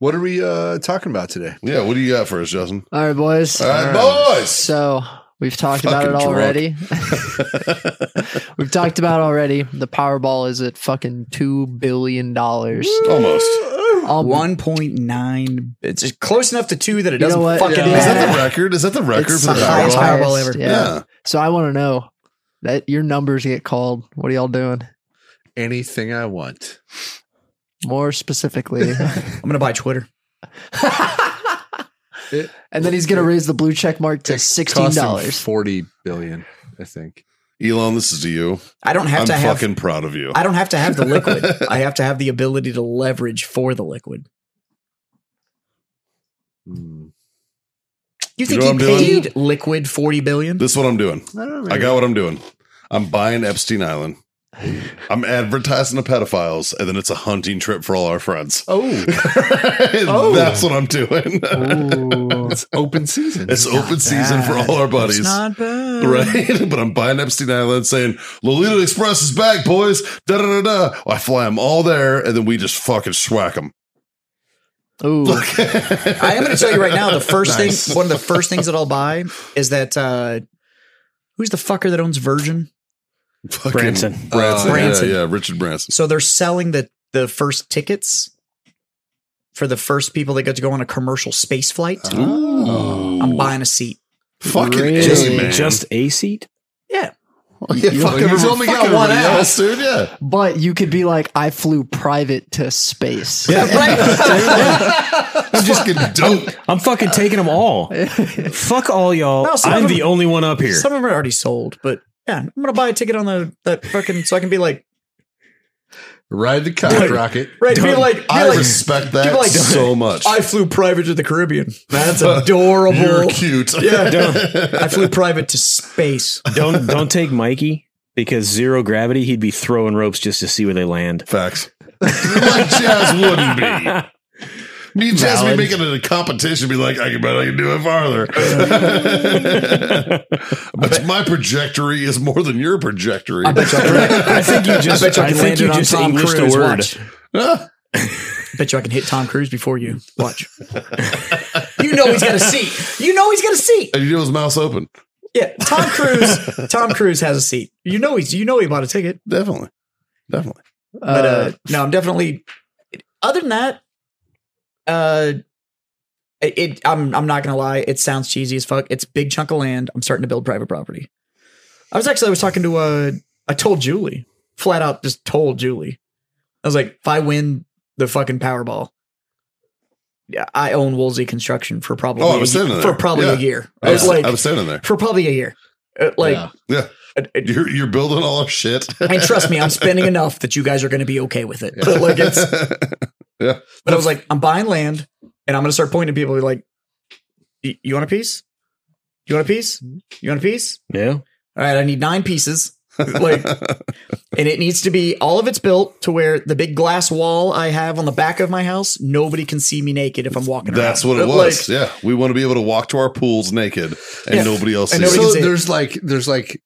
[SPEAKER 3] What are we uh, talking about today?
[SPEAKER 1] Yeah, what do you got for us, Justin?
[SPEAKER 6] All right, boys.
[SPEAKER 1] All right, boys.
[SPEAKER 6] So we've talked about it
[SPEAKER 1] Fucking drunk.
[SPEAKER 6] already. we've talked about it already. The Powerball is at fucking two billion dollars. Um,
[SPEAKER 1] Almost.
[SPEAKER 5] One point nine. It's just close enough to two that it
[SPEAKER 6] You know
[SPEAKER 5] doesn't
[SPEAKER 6] what?
[SPEAKER 5] fucking
[SPEAKER 6] Yeah.
[SPEAKER 1] Is that
[SPEAKER 5] matter.
[SPEAKER 1] the record? Is that the record
[SPEAKER 6] It's
[SPEAKER 1] for the
[SPEAKER 5] the highest
[SPEAKER 1] Powerball?
[SPEAKER 5] Powerball ever.
[SPEAKER 6] Yeah.
[SPEAKER 1] Yeah.
[SPEAKER 6] So I want to know that your numbers get called. What are y'all doing?
[SPEAKER 3] Anything I want.
[SPEAKER 6] More specifically.
[SPEAKER 5] I'm gonna buy Twitter.
[SPEAKER 3] It
[SPEAKER 6] and then he's gonna raise the blue check mark to
[SPEAKER 3] it
[SPEAKER 6] sixteen
[SPEAKER 3] cost him
[SPEAKER 6] dollars.
[SPEAKER 3] forty billion. I think.
[SPEAKER 1] Elon, this is to you.
[SPEAKER 5] I don't have
[SPEAKER 1] I'm
[SPEAKER 5] to have.
[SPEAKER 1] fucking proud of you.
[SPEAKER 5] I don't have to have the liquid. I have to have the ability to leverage for the liquid.
[SPEAKER 3] Mm.
[SPEAKER 5] You
[SPEAKER 1] You
[SPEAKER 5] think
[SPEAKER 1] know
[SPEAKER 5] he
[SPEAKER 1] what I'm doing?
[SPEAKER 5] paid Liquid forty billion?
[SPEAKER 1] This is what I'm
[SPEAKER 3] I
[SPEAKER 1] doing.
[SPEAKER 3] don't know.
[SPEAKER 1] I got what I'm doing. I'm buying Epstein Island. I'm advertising to pedophiles, and then it's a hunting trip for all our friends.
[SPEAKER 3] Oh,
[SPEAKER 5] Oh.
[SPEAKER 1] That's what I'm doing.
[SPEAKER 6] Ooh.
[SPEAKER 3] it's open season.
[SPEAKER 1] it's open season for all our buddies.
[SPEAKER 5] bad.
[SPEAKER 1] Right, but I'm buying Epstein Island, saying Lolita Express is back, boys. Da da da da. I fly them all there, and then we just fucking swack them.
[SPEAKER 6] Ooh,
[SPEAKER 5] I am going to tell you right now. The first
[SPEAKER 1] Nice.
[SPEAKER 5] thing, one of the first things that I'll buy is that. uh Who's the fucker that owns Virgin?
[SPEAKER 1] Fucking
[SPEAKER 4] Branson.
[SPEAKER 1] Branson.
[SPEAKER 5] Uh, Branson.
[SPEAKER 1] Yeah, yeah, Richard Branson.
[SPEAKER 5] So they're selling the the first tickets for the first people that get to go on a commercial space flight.
[SPEAKER 1] Uh, Ooh.
[SPEAKER 5] I'm buying a seat.
[SPEAKER 1] Fucking
[SPEAKER 6] Really?
[SPEAKER 1] A,
[SPEAKER 4] Just,
[SPEAKER 1] man.
[SPEAKER 4] just a seat?
[SPEAKER 5] Yeah,
[SPEAKER 1] yeah,
[SPEAKER 6] You-
[SPEAKER 1] fuck
[SPEAKER 6] you-
[SPEAKER 1] everyone-
[SPEAKER 5] only
[SPEAKER 1] fuck
[SPEAKER 5] got one
[SPEAKER 1] everybody
[SPEAKER 5] ass.
[SPEAKER 1] else, dude. Yeah.
[SPEAKER 6] but you could be like, I flew private to space.
[SPEAKER 1] It's fucking dope.
[SPEAKER 4] I'm fucking taking them all. Fuck all y'all.
[SPEAKER 5] Well, some
[SPEAKER 4] I'm
[SPEAKER 5] of 'em-
[SPEAKER 4] the only one up here.
[SPEAKER 5] Some of them are already sold, but yeah, I'm gonna buy a ticket on the that fucking so I can be like,
[SPEAKER 3] Ride the cock rocket.
[SPEAKER 5] right, be like, be
[SPEAKER 1] I
[SPEAKER 5] like,
[SPEAKER 1] respect that
[SPEAKER 5] like-
[SPEAKER 1] so much.
[SPEAKER 5] I flew private to the Caribbean. That's adorable.
[SPEAKER 1] You're cute.
[SPEAKER 5] Yeah, I flew private to space.
[SPEAKER 4] don't don't take Mikey because zero gravity, he'd be throwing ropes just to see where they land.
[SPEAKER 1] Facts. like Jazz wouldn't be. Me and Jazz be
[SPEAKER 6] Valid.
[SPEAKER 1] making it a competition. Be like, I can bet I can do it farther. but my trajectory is more than your trajectory.
[SPEAKER 5] I bet you I can,
[SPEAKER 4] I think you just
[SPEAKER 5] I bet you I
[SPEAKER 4] I
[SPEAKER 5] can
[SPEAKER 4] think
[SPEAKER 5] land
[SPEAKER 4] you
[SPEAKER 5] it on
[SPEAKER 4] just
[SPEAKER 5] Tom
[SPEAKER 4] Englished
[SPEAKER 5] Cruise.
[SPEAKER 4] a word.
[SPEAKER 5] Watch.
[SPEAKER 1] Ah,
[SPEAKER 5] Bet you I can hit Tom Cruise before you. Watch. you know he's got a seat. You know he's got a seat.
[SPEAKER 1] and you do his mouth open.
[SPEAKER 5] Yeah, Tom Cruise. Tom Cruise has a seat. You know he's. You know he bought a ticket.
[SPEAKER 1] Definitely. Definitely.
[SPEAKER 5] But uh, no, I'm definitely. Other than that, uh, it, it- I'm I'm not gonna lie. It sounds cheesy as fuck. It's a big chunk of land. I'm starting to build private property. I was actually I was talking to uh I told Julie flat out just told Julie. I was like, if I win the fucking Powerball, yeah, I own Woolsey Construction for probably
[SPEAKER 1] Oh, I
[SPEAKER 5] a
[SPEAKER 1] was
[SPEAKER 5] ye-
[SPEAKER 1] sitting there.
[SPEAKER 5] for probably a
[SPEAKER 1] Yeah.
[SPEAKER 5] year.
[SPEAKER 1] I was,
[SPEAKER 5] It's like
[SPEAKER 1] I was standing there.
[SPEAKER 5] for probably a year. Uh, like
[SPEAKER 3] Yeah.
[SPEAKER 1] Yeah.
[SPEAKER 5] it- it-
[SPEAKER 1] You're, you're building all our shit.
[SPEAKER 5] and trust me, I'm spending enough that you guys are going to be okay with it. But like it's, but I was like, I'm buying land, and I'm going to start pointing to people be like, "Y- "You want a piece? You want a piece?
[SPEAKER 1] Mm-hmm.
[SPEAKER 5] You want a piece?
[SPEAKER 4] Yeah.
[SPEAKER 5] All right, I need nine pieces. Like, and it needs to be all of it's built to where the big glass wall I have on the back of my house, nobody can see me naked if I'm walking.
[SPEAKER 1] That's
[SPEAKER 5] around.
[SPEAKER 1] what it
[SPEAKER 5] But,
[SPEAKER 1] was.
[SPEAKER 5] Like,
[SPEAKER 1] yeah. We want to be able to walk to our pools naked and
[SPEAKER 5] Yeah.
[SPEAKER 1] nobody else
[SPEAKER 5] And
[SPEAKER 1] sees
[SPEAKER 3] so
[SPEAKER 5] nobody
[SPEAKER 1] us.
[SPEAKER 5] can see it.
[SPEAKER 3] there's like there's like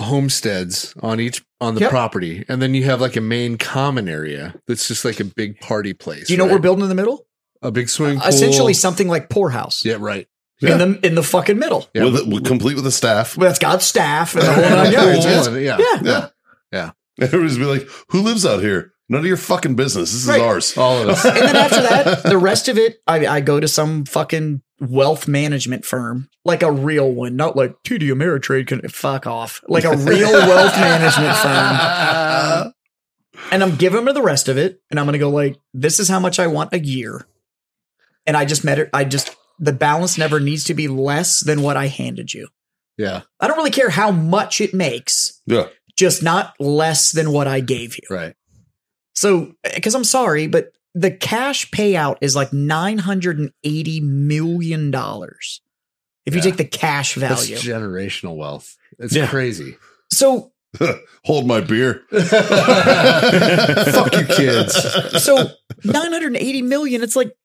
[SPEAKER 3] homesteads on each on the
[SPEAKER 5] Yep.
[SPEAKER 3] property, and then you have like a main common area that's just like a big party place.
[SPEAKER 5] do you know what
[SPEAKER 3] right?
[SPEAKER 5] we're building in the middle?
[SPEAKER 3] a big swimming pool.
[SPEAKER 5] Essentially, something like poorhouse
[SPEAKER 3] yeah, right.
[SPEAKER 5] in the in the fucking middle.
[SPEAKER 3] Yeah,
[SPEAKER 1] with, with, complete with a staff.
[SPEAKER 5] Well, it's got staff and the whole
[SPEAKER 1] Yeah,
[SPEAKER 5] nine
[SPEAKER 1] yeah,
[SPEAKER 5] yards.
[SPEAKER 1] yeah.
[SPEAKER 5] Yeah,
[SPEAKER 3] yeah.
[SPEAKER 1] Yeah.
[SPEAKER 3] Yeah.
[SPEAKER 1] Everybody's be like, who lives out here? None of your fucking business. This is
[SPEAKER 5] Right.
[SPEAKER 1] ours.
[SPEAKER 3] all of us.
[SPEAKER 5] and then after that, the rest of it, I, I go to some fucking wealth management firm, like a real one, not like TD Ameritrade. Can fuck off, like a real wealth management firm. And I'm giving them the rest of it, and I'm gonna go like, this is how much I want a year, and I just met it. I just the balance never needs to be less than what I handed you.
[SPEAKER 3] Yeah,
[SPEAKER 5] I don't really care how much it makes,
[SPEAKER 1] Yeah.
[SPEAKER 5] just not less than what I gave you.
[SPEAKER 3] right.
[SPEAKER 5] So, because I'm sorry, but the cash payout is like $980 million. If you
[SPEAKER 3] Yeah.
[SPEAKER 5] take the cash
[SPEAKER 3] That's
[SPEAKER 5] value.
[SPEAKER 3] generational wealth. It's
[SPEAKER 4] Yeah.
[SPEAKER 3] crazy.
[SPEAKER 5] so,
[SPEAKER 1] Hold my beer.
[SPEAKER 3] Fuck you, kids.
[SPEAKER 5] so 980 million, it's like,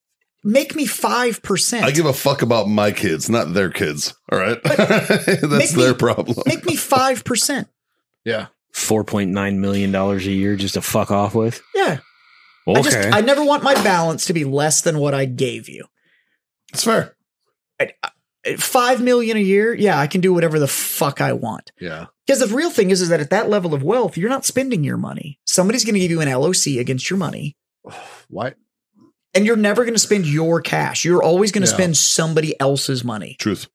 [SPEAKER 5] make me 5%.
[SPEAKER 1] I give a fuck about my kids, not their kids. All right. That's
[SPEAKER 5] make me-
[SPEAKER 1] their problem.
[SPEAKER 5] make me 5%.
[SPEAKER 3] Yeah,
[SPEAKER 4] Four point nine million dollars a year just to fuck off with.
[SPEAKER 5] Yeah.
[SPEAKER 4] Okay.
[SPEAKER 5] I just, I never want my balance to be less than what I gave you.
[SPEAKER 1] It's fair.
[SPEAKER 5] At Five million a year. Yeah. I can do whatever the fuck I want.
[SPEAKER 3] yeah.
[SPEAKER 5] Because the real thing is, is that at that level of wealth, you're not spending your money. Somebody's going to give you an LOC against your money,
[SPEAKER 3] Why?
[SPEAKER 5] and you're never going to spend your cash. You're always going to
[SPEAKER 3] Yeah.
[SPEAKER 5] spend somebody else's money.
[SPEAKER 1] Truth.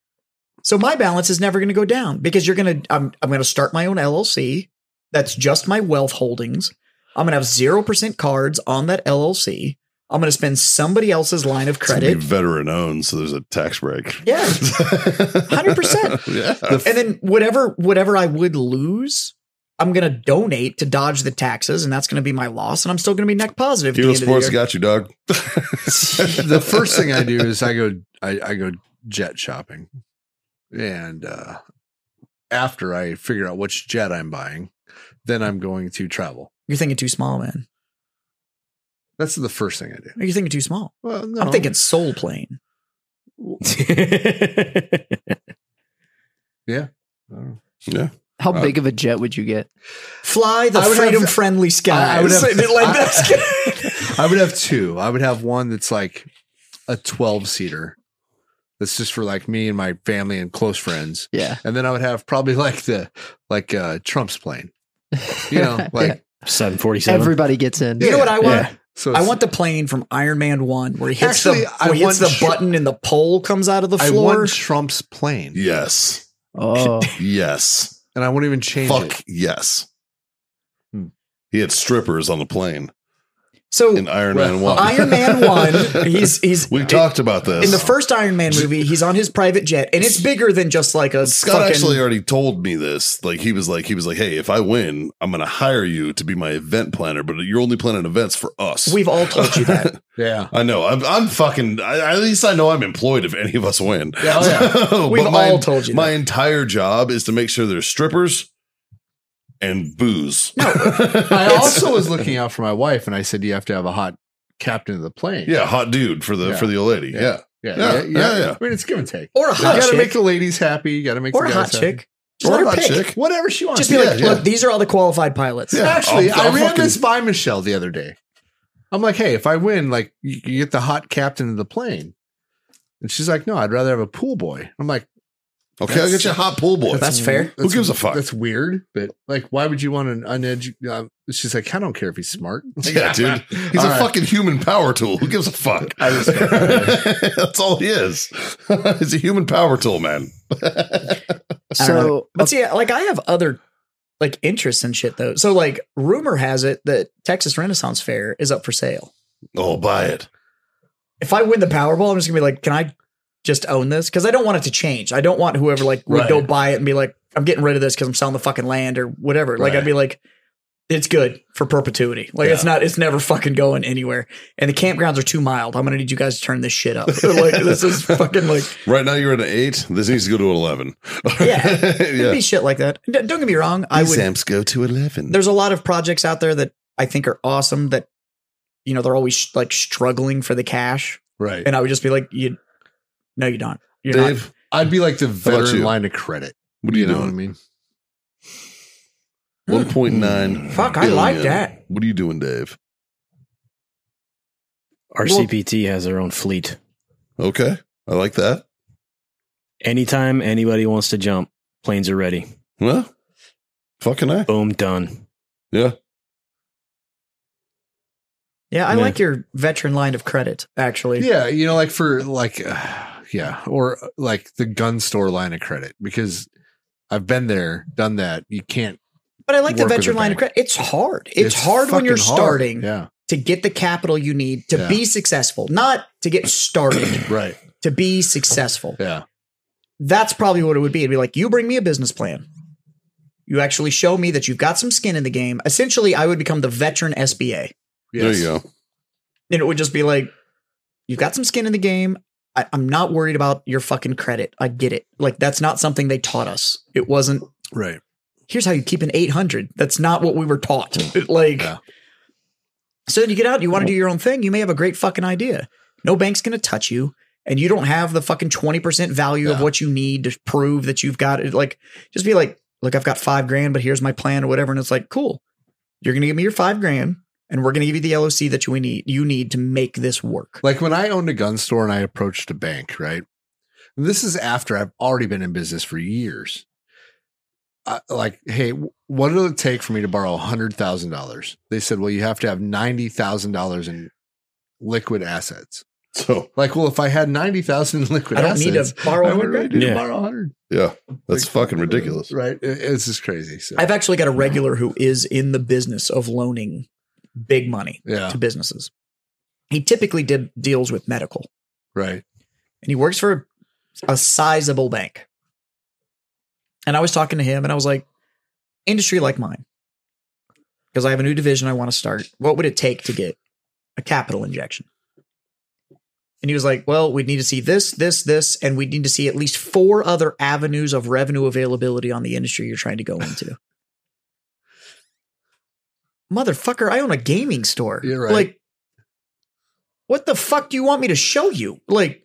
[SPEAKER 5] So my balance is never going to go down because you're going to. I'm I'm going to start my own LLC. That's just my wealth holdings. I'm going to have zero percent cards on that LLC. I'm going to spend somebody else's line of
[SPEAKER 1] It's gonna be
[SPEAKER 5] credit.
[SPEAKER 1] veteran owned, so there's a tax break.
[SPEAKER 5] Yeah,
[SPEAKER 1] 100%.
[SPEAKER 5] 100%.
[SPEAKER 1] yeah.
[SPEAKER 5] and then whatever whatever I would lose, I'm gonna donate to dodge the taxes, and that's gonna be my loss, and I'm still gonna be net positive. At the
[SPEAKER 1] Hero
[SPEAKER 5] end of the
[SPEAKER 1] Sports
[SPEAKER 5] year.
[SPEAKER 1] got you, dog.
[SPEAKER 3] the first thing I do is I go I, I go jet shopping, and uh, after I figure out which jet I'm buying, then I'm going to travel.
[SPEAKER 5] You're thinking too small, man.
[SPEAKER 3] That's the first thing I do.
[SPEAKER 5] You're thinking too small.
[SPEAKER 3] Well, no,
[SPEAKER 5] I'm thinking soul plane.
[SPEAKER 4] I
[SPEAKER 3] Yeah, I don't know.
[SPEAKER 1] Yeah.
[SPEAKER 6] How
[SPEAKER 1] Uh,
[SPEAKER 6] big of a jet would you get?
[SPEAKER 5] Fly the
[SPEAKER 3] I would have-
[SPEAKER 5] freedom friendly skies.
[SPEAKER 3] I would have-
[SPEAKER 5] And it like this.
[SPEAKER 3] I would have two. I would have one that's like a 12 seater. That's just for like me and my family and close friends.
[SPEAKER 6] Yeah.
[SPEAKER 3] And then I would have probably like the like uh Trump's plane. You know, like
[SPEAKER 4] Seven forty seven.
[SPEAKER 6] everybody gets in.
[SPEAKER 5] you know what I want?
[SPEAKER 4] Yeah.
[SPEAKER 3] so
[SPEAKER 5] I
[SPEAKER 3] it's-
[SPEAKER 5] want the plane from Iron Man One, where he hits
[SPEAKER 3] Actually,
[SPEAKER 5] the
[SPEAKER 3] I
[SPEAKER 5] where he hits
[SPEAKER 3] want
[SPEAKER 5] the
[SPEAKER 3] tr-
[SPEAKER 5] button and the pole comes out of the
[SPEAKER 3] I
[SPEAKER 5] floor.
[SPEAKER 3] want Trump's plane.
[SPEAKER 1] Yes.
[SPEAKER 6] Oh,
[SPEAKER 1] Yes.
[SPEAKER 3] And I won't even change
[SPEAKER 1] Fuck
[SPEAKER 3] it.
[SPEAKER 1] yes.
[SPEAKER 4] Hmm.
[SPEAKER 1] He had strippers on the plane
[SPEAKER 5] so
[SPEAKER 1] in Iron Man
[SPEAKER 3] Well,
[SPEAKER 1] One.
[SPEAKER 5] Iron Man One, he's he's
[SPEAKER 1] we talked about this.
[SPEAKER 5] in the first Iron Man movie. He's on his private jet, and it's bigger than just like a
[SPEAKER 1] Scott
[SPEAKER 5] fucking.
[SPEAKER 1] actually already told me this. Like he was like he was like, "Hey, if I win, I'm going to hire you to be my event planner, but you're only planning events for us."
[SPEAKER 5] we've all told you that.
[SPEAKER 3] Yeah.
[SPEAKER 1] I know. I'm, I'm fucking. I, at least I know I'm employed if any of us win.
[SPEAKER 3] Yeah, oh, yeah.
[SPEAKER 1] So,
[SPEAKER 5] We've
[SPEAKER 1] but my,
[SPEAKER 5] all told you
[SPEAKER 1] My
[SPEAKER 5] that.
[SPEAKER 1] entire job is to make sure there's strippers and booze. No.
[SPEAKER 3] I also was looking out for my wife and I said you have to have a hot captain of the plane.
[SPEAKER 1] yeah, hot dude for the
[SPEAKER 3] Yeah.
[SPEAKER 1] for the old lady.
[SPEAKER 3] Yeah. Yeah.
[SPEAKER 1] Yeah. Yeah,
[SPEAKER 3] Yeah.
[SPEAKER 1] yeah, yeah.
[SPEAKER 3] I mean it's give and take.
[SPEAKER 5] Or a hot
[SPEAKER 3] you gotta
[SPEAKER 5] chick,
[SPEAKER 3] make the ladies happy. You gotta make
[SPEAKER 5] or
[SPEAKER 3] the
[SPEAKER 5] a
[SPEAKER 3] guys
[SPEAKER 5] hot
[SPEAKER 3] happy.
[SPEAKER 5] chick. Just
[SPEAKER 1] Or
[SPEAKER 5] let
[SPEAKER 1] a
[SPEAKER 5] her
[SPEAKER 1] hot
[SPEAKER 5] pick.
[SPEAKER 1] chick.
[SPEAKER 3] Whatever she wants.
[SPEAKER 5] Just be
[SPEAKER 1] Yeah,
[SPEAKER 5] like,
[SPEAKER 1] yeah.
[SPEAKER 5] look, these are all the qualified pilots.
[SPEAKER 1] Yeah.
[SPEAKER 3] Actually,
[SPEAKER 1] I'll- I'll
[SPEAKER 3] i ran
[SPEAKER 1] fucking-
[SPEAKER 3] this by Michelle the other day. I'm like, hey, if I win, like you, you get the hot captain of the plane. And she's like, no, I'd rather have a pool boy. I'm like,
[SPEAKER 1] Okay, I'll get you a hot pool boy.
[SPEAKER 5] That's fair.
[SPEAKER 1] Who gives a fuck?
[SPEAKER 3] That's weird, but like, why would you want an uneducated? Uh, she's like, I don't care if he's smart.
[SPEAKER 1] yeah, dude. He's
[SPEAKER 3] All
[SPEAKER 1] a
[SPEAKER 3] right.
[SPEAKER 1] fucking human power tool. Who gives a fuck?
[SPEAKER 3] I respect that.
[SPEAKER 1] That's all he is. He's a human power tool, man.
[SPEAKER 5] I don't
[SPEAKER 6] so uh,
[SPEAKER 5] But see, like I have other like interests and shit though. So like rumor has it that Texas Renaissance Fair is up for sale.
[SPEAKER 1] Oh, buy it.
[SPEAKER 5] If I win the Powerball, I'm just gonna be like, can I just own this? Because I don't want it to change. I don't want whoever like would
[SPEAKER 3] Right.
[SPEAKER 5] go buy it and be like, I'm getting rid of this because I'm selling the fucking land or whatever. Like
[SPEAKER 3] Right.
[SPEAKER 5] I'd be like, it's good for perpetuity. Like it's not, it's never fucking going anywhere. And the campgrounds are too mild. I'm gonna need you guys to turn this shit up. like this is fucking like
[SPEAKER 1] Right now you're at an eight. This needs to go to an eleven.
[SPEAKER 5] Yeah. it'd
[SPEAKER 1] yeah.
[SPEAKER 5] be shit like that. D- Don't get me wrong. I would
[SPEAKER 1] amps go to eleven.
[SPEAKER 5] there's a lot of projects out there that I think are awesome that you know they're always like struggling for the cash
[SPEAKER 3] Right.
[SPEAKER 5] and I would just be like you no you don't you're
[SPEAKER 1] Dave,
[SPEAKER 5] not
[SPEAKER 3] I'd be like the
[SPEAKER 1] about
[SPEAKER 3] veteran
[SPEAKER 1] you?
[SPEAKER 3] line of credit.
[SPEAKER 1] what are you, doing?
[SPEAKER 3] I mean?
[SPEAKER 1] One point nine.
[SPEAKER 5] Fuck, I like that.
[SPEAKER 1] What are you doing, Dave?
[SPEAKER 4] RCPT has their own fleet.
[SPEAKER 1] Okay, I like that.
[SPEAKER 4] Anytime anybody wants to jump, planes are ready.
[SPEAKER 1] Well, fucking I.
[SPEAKER 4] Boom, done.
[SPEAKER 1] Yeah,
[SPEAKER 5] yeah I
[SPEAKER 4] Yeah.
[SPEAKER 5] like your veteran line of credit actually
[SPEAKER 3] Yeah, you know, like for like, uh, yeah, or uh, like the gun store line of credit because I've been there, done that. You can't.
[SPEAKER 5] but I like the
[SPEAKER 3] Work with
[SPEAKER 5] veteran
[SPEAKER 3] a
[SPEAKER 5] line of
[SPEAKER 3] bank.
[SPEAKER 5] credit it's hard it's, hard when you're
[SPEAKER 3] fucking hard.
[SPEAKER 5] starting
[SPEAKER 3] Yeah.
[SPEAKER 5] to get the capital you need to
[SPEAKER 3] Yeah.
[SPEAKER 5] be successful not to get started
[SPEAKER 3] Right.
[SPEAKER 5] to be successful
[SPEAKER 3] Yeah.
[SPEAKER 5] that's probably what it would be. It'd be like, you bring me a business plan. You actually show me that you've got some skin in the game. Essentially, I would become the veteran SBA.
[SPEAKER 1] there you go.
[SPEAKER 5] And it would just be like, you've got some skin in the game. I, I'm not worried about your fucking credit. I get it. Like, that's not something they taught us. It wasn't,
[SPEAKER 3] Right.
[SPEAKER 5] here's how you keep an 800. That's not what we were taught. like,
[SPEAKER 3] Hmm. Yeah.
[SPEAKER 5] so you get out, you want to do your own thing. You may have a great fucking idea. No bank's going to touch you. And you don't have the fucking 20% value of
[SPEAKER 3] Yeah.
[SPEAKER 5] what you need to prove that you've got it. Like, just be like, look, I've got five grand, but here's my plan or whatever. And it's like, cool. You're going to give me your five grand and we're going to give you the LOC that you we need, you need to make this work.
[SPEAKER 3] Like when I owned a gun store and I approached a bank, right? And this is after I've already been in business for years. I, like, hey, w- what will it take for me to borrow $100,000? They said, well, you have to have $90,000 in liquid assets.
[SPEAKER 1] So
[SPEAKER 3] Like, well, if I had 90,000 in liquid
[SPEAKER 5] I don't
[SPEAKER 3] assets,
[SPEAKER 5] need to borrow
[SPEAKER 3] I wouldn't
[SPEAKER 5] 100
[SPEAKER 3] need to
[SPEAKER 4] Yeah.
[SPEAKER 3] borrow 100.
[SPEAKER 1] yeah, that's
[SPEAKER 3] Like,
[SPEAKER 1] fucking ridiculous.
[SPEAKER 3] Right. It- it's just crazy. So,
[SPEAKER 5] I've actually got a regular who is in the business of loaning big money
[SPEAKER 3] yeah.
[SPEAKER 5] to businesses. He typically did deals with medical.
[SPEAKER 3] Right.
[SPEAKER 5] and he works for a sizable bank. And I was talking to him and I was like, industry like mine, because I have a new division I want to start. What would it take to get a capital injection? And he was like, well, we'd need to see this, this, this, and we'd need to see at least four other avenues of revenue availability on the industry you're trying to go into. Motherfucker, I own a gaming store.
[SPEAKER 3] You're right.
[SPEAKER 5] Like, what the fuck do you want me to show you? Like,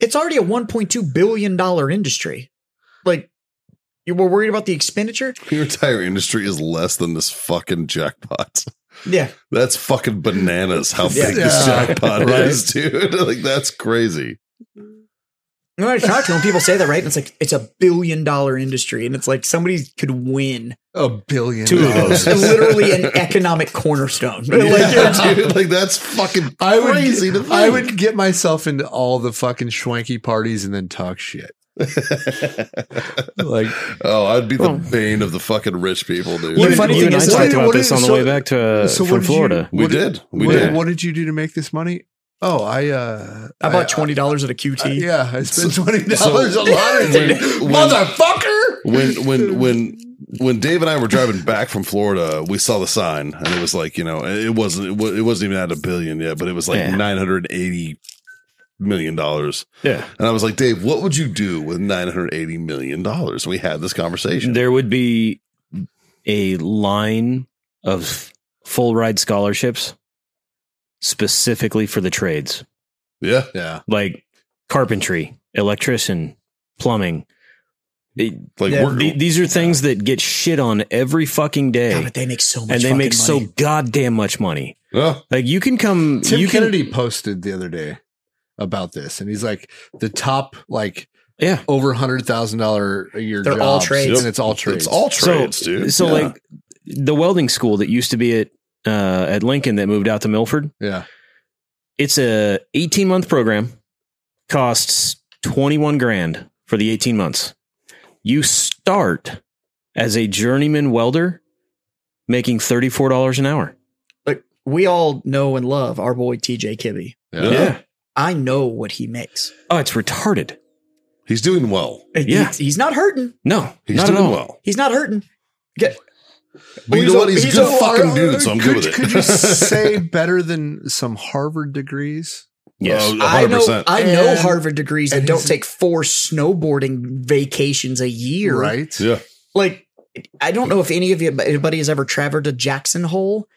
[SPEAKER 5] it's already a $1.2 billion industry. Like, You were worried about the expenditure?
[SPEAKER 1] Your entire industry is less than this fucking jackpot.
[SPEAKER 5] Yeah.
[SPEAKER 1] That's fucking bananas how
[SPEAKER 5] Yeah.
[SPEAKER 1] big this
[SPEAKER 3] Yeah.
[SPEAKER 1] jackpot
[SPEAKER 3] Right.
[SPEAKER 1] is, dude. Like that's crazy.
[SPEAKER 5] When I talk to them, people say that, right? And it's like, it's a billion dollar industry. And it's like somebody could win
[SPEAKER 3] A billion.
[SPEAKER 4] Two of
[SPEAKER 3] dollars.
[SPEAKER 4] those.
[SPEAKER 5] literally an economic cornerstone. Like,
[SPEAKER 1] Yeah, dude, like that's fucking
[SPEAKER 3] I would,
[SPEAKER 1] crazy to think.
[SPEAKER 3] I would get myself into all the fucking schwanky parties and then talk shit. Like,
[SPEAKER 1] oh, I'd be the
[SPEAKER 4] Well-
[SPEAKER 1] bane of the fucking rich people, dude.
[SPEAKER 5] You
[SPEAKER 4] You,
[SPEAKER 5] The funny
[SPEAKER 4] you
[SPEAKER 5] thing
[SPEAKER 4] and I
[SPEAKER 5] is-
[SPEAKER 3] what
[SPEAKER 4] talked
[SPEAKER 3] did-
[SPEAKER 4] about
[SPEAKER 3] what
[SPEAKER 4] this
[SPEAKER 3] did-
[SPEAKER 4] on the
[SPEAKER 3] so-
[SPEAKER 4] way back to uh,
[SPEAKER 3] so
[SPEAKER 4] from
[SPEAKER 3] what did you-
[SPEAKER 4] Florida.
[SPEAKER 1] we
[SPEAKER 3] what
[SPEAKER 1] did. We
[SPEAKER 3] what,
[SPEAKER 1] did.
[SPEAKER 3] what did you do to make this money? Oh, I uh,
[SPEAKER 5] I bought
[SPEAKER 3] I-
[SPEAKER 5] twenty dollars at a QT.
[SPEAKER 3] I- Uh, yeah, I spent
[SPEAKER 1] So-
[SPEAKER 3] twenty dollars
[SPEAKER 1] so-
[SPEAKER 3] on lottery
[SPEAKER 1] When-
[SPEAKER 3] tickets,
[SPEAKER 1] when-
[SPEAKER 3] motherfucker.
[SPEAKER 1] when when when when Dave and I were driving back from Florida, we saw the sign, and it was like you know, it wasn't it, wa- it wasn't even at a billion yet, but it was like
[SPEAKER 4] Yeah.
[SPEAKER 1] nine hundred eighty million dollars.
[SPEAKER 4] Yeah.
[SPEAKER 1] And I was like, Dave, what would you do with nine hundred eighty million dollars? We had this conversation.
[SPEAKER 4] There would be a line of full ride scholarships specifically for the trades.
[SPEAKER 1] yeah,
[SPEAKER 3] Yeah,
[SPEAKER 4] like carpentry, electrician, plumbing. The-
[SPEAKER 1] like
[SPEAKER 5] Yeah,
[SPEAKER 1] we're,
[SPEAKER 4] the- these are things that get shit on every fucking day,
[SPEAKER 5] God, but they make so much,
[SPEAKER 4] and they
[SPEAKER 5] fucking
[SPEAKER 4] make so
[SPEAKER 5] money.
[SPEAKER 4] goddamn much money.
[SPEAKER 1] Oh,
[SPEAKER 4] Like you can come,
[SPEAKER 3] Tim
[SPEAKER 4] you
[SPEAKER 3] Kennedy posted the other day about this, and he's like, the top like
[SPEAKER 4] can, yeah.
[SPEAKER 3] over hundred thousand dollar a year.
[SPEAKER 5] They're all
[SPEAKER 3] jobs,
[SPEAKER 5] trades.
[SPEAKER 3] and it's all trades.
[SPEAKER 1] it's all trades,
[SPEAKER 4] so,
[SPEAKER 1] dude.
[SPEAKER 4] so
[SPEAKER 1] Yeah.
[SPEAKER 4] like the welding school that used to be at uh, at Lincoln that moved out to Milford.
[SPEAKER 3] yeah.
[SPEAKER 4] It's a eighteen month program, costs twenty one grand for the eighteen months. You start as a journeyman welder, making thirty four dollars an hour.
[SPEAKER 5] Like we all know and love our boy TJ Kibbe.
[SPEAKER 1] yeah.
[SPEAKER 5] I know what he makes.
[SPEAKER 4] Oh, it's retarded.
[SPEAKER 1] he's doing well.
[SPEAKER 4] Yeah.
[SPEAKER 5] He's, he's not hurting.
[SPEAKER 4] No,
[SPEAKER 1] He's
[SPEAKER 4] not at
[SPEAKER 1] doing
[SPEAKER 4] all.
[SPEAKER 1] well.
[SPEAKER 5] He's not hurting.
[SPEAKER 1] But you
[SPEAKER 3] He's
[SPEAKER 1] know
[SPEAKER 3] a-
[SPEAKER 1] what? He's,
[SPEAKER 5] he's
[SPEAKER 1] a good
[SPEAKER 5] a-
[SPEAKER 1] fucking dude, so I'm
[SPEAKER 3] could,
[SPEAKER 1] good with it.
[SPEAKER 3] Could you say better than some Harvard degrees?
[SPEAKER 4] Yes.
[SPEAKER 1] Oh,
[SPEAKER 5] I know.
[SPEAKER 1] 100%.
[SPEAKER 5] I know
[SPEAKER 3] And-
[SPEAKER 5] Harvard degrees that
[SPEAKER 3] and
[SPEAKER 5] don't
[SPEAKER 3] he's-
[SPEAKER 5] take four snowboarding vacations a year.
[SPEAKER 3] right?
[SPEAKER 1] Yeah.
[SPEAKER 5] Like I don't know if any of you anybody has ever traveled to Jackson Hole.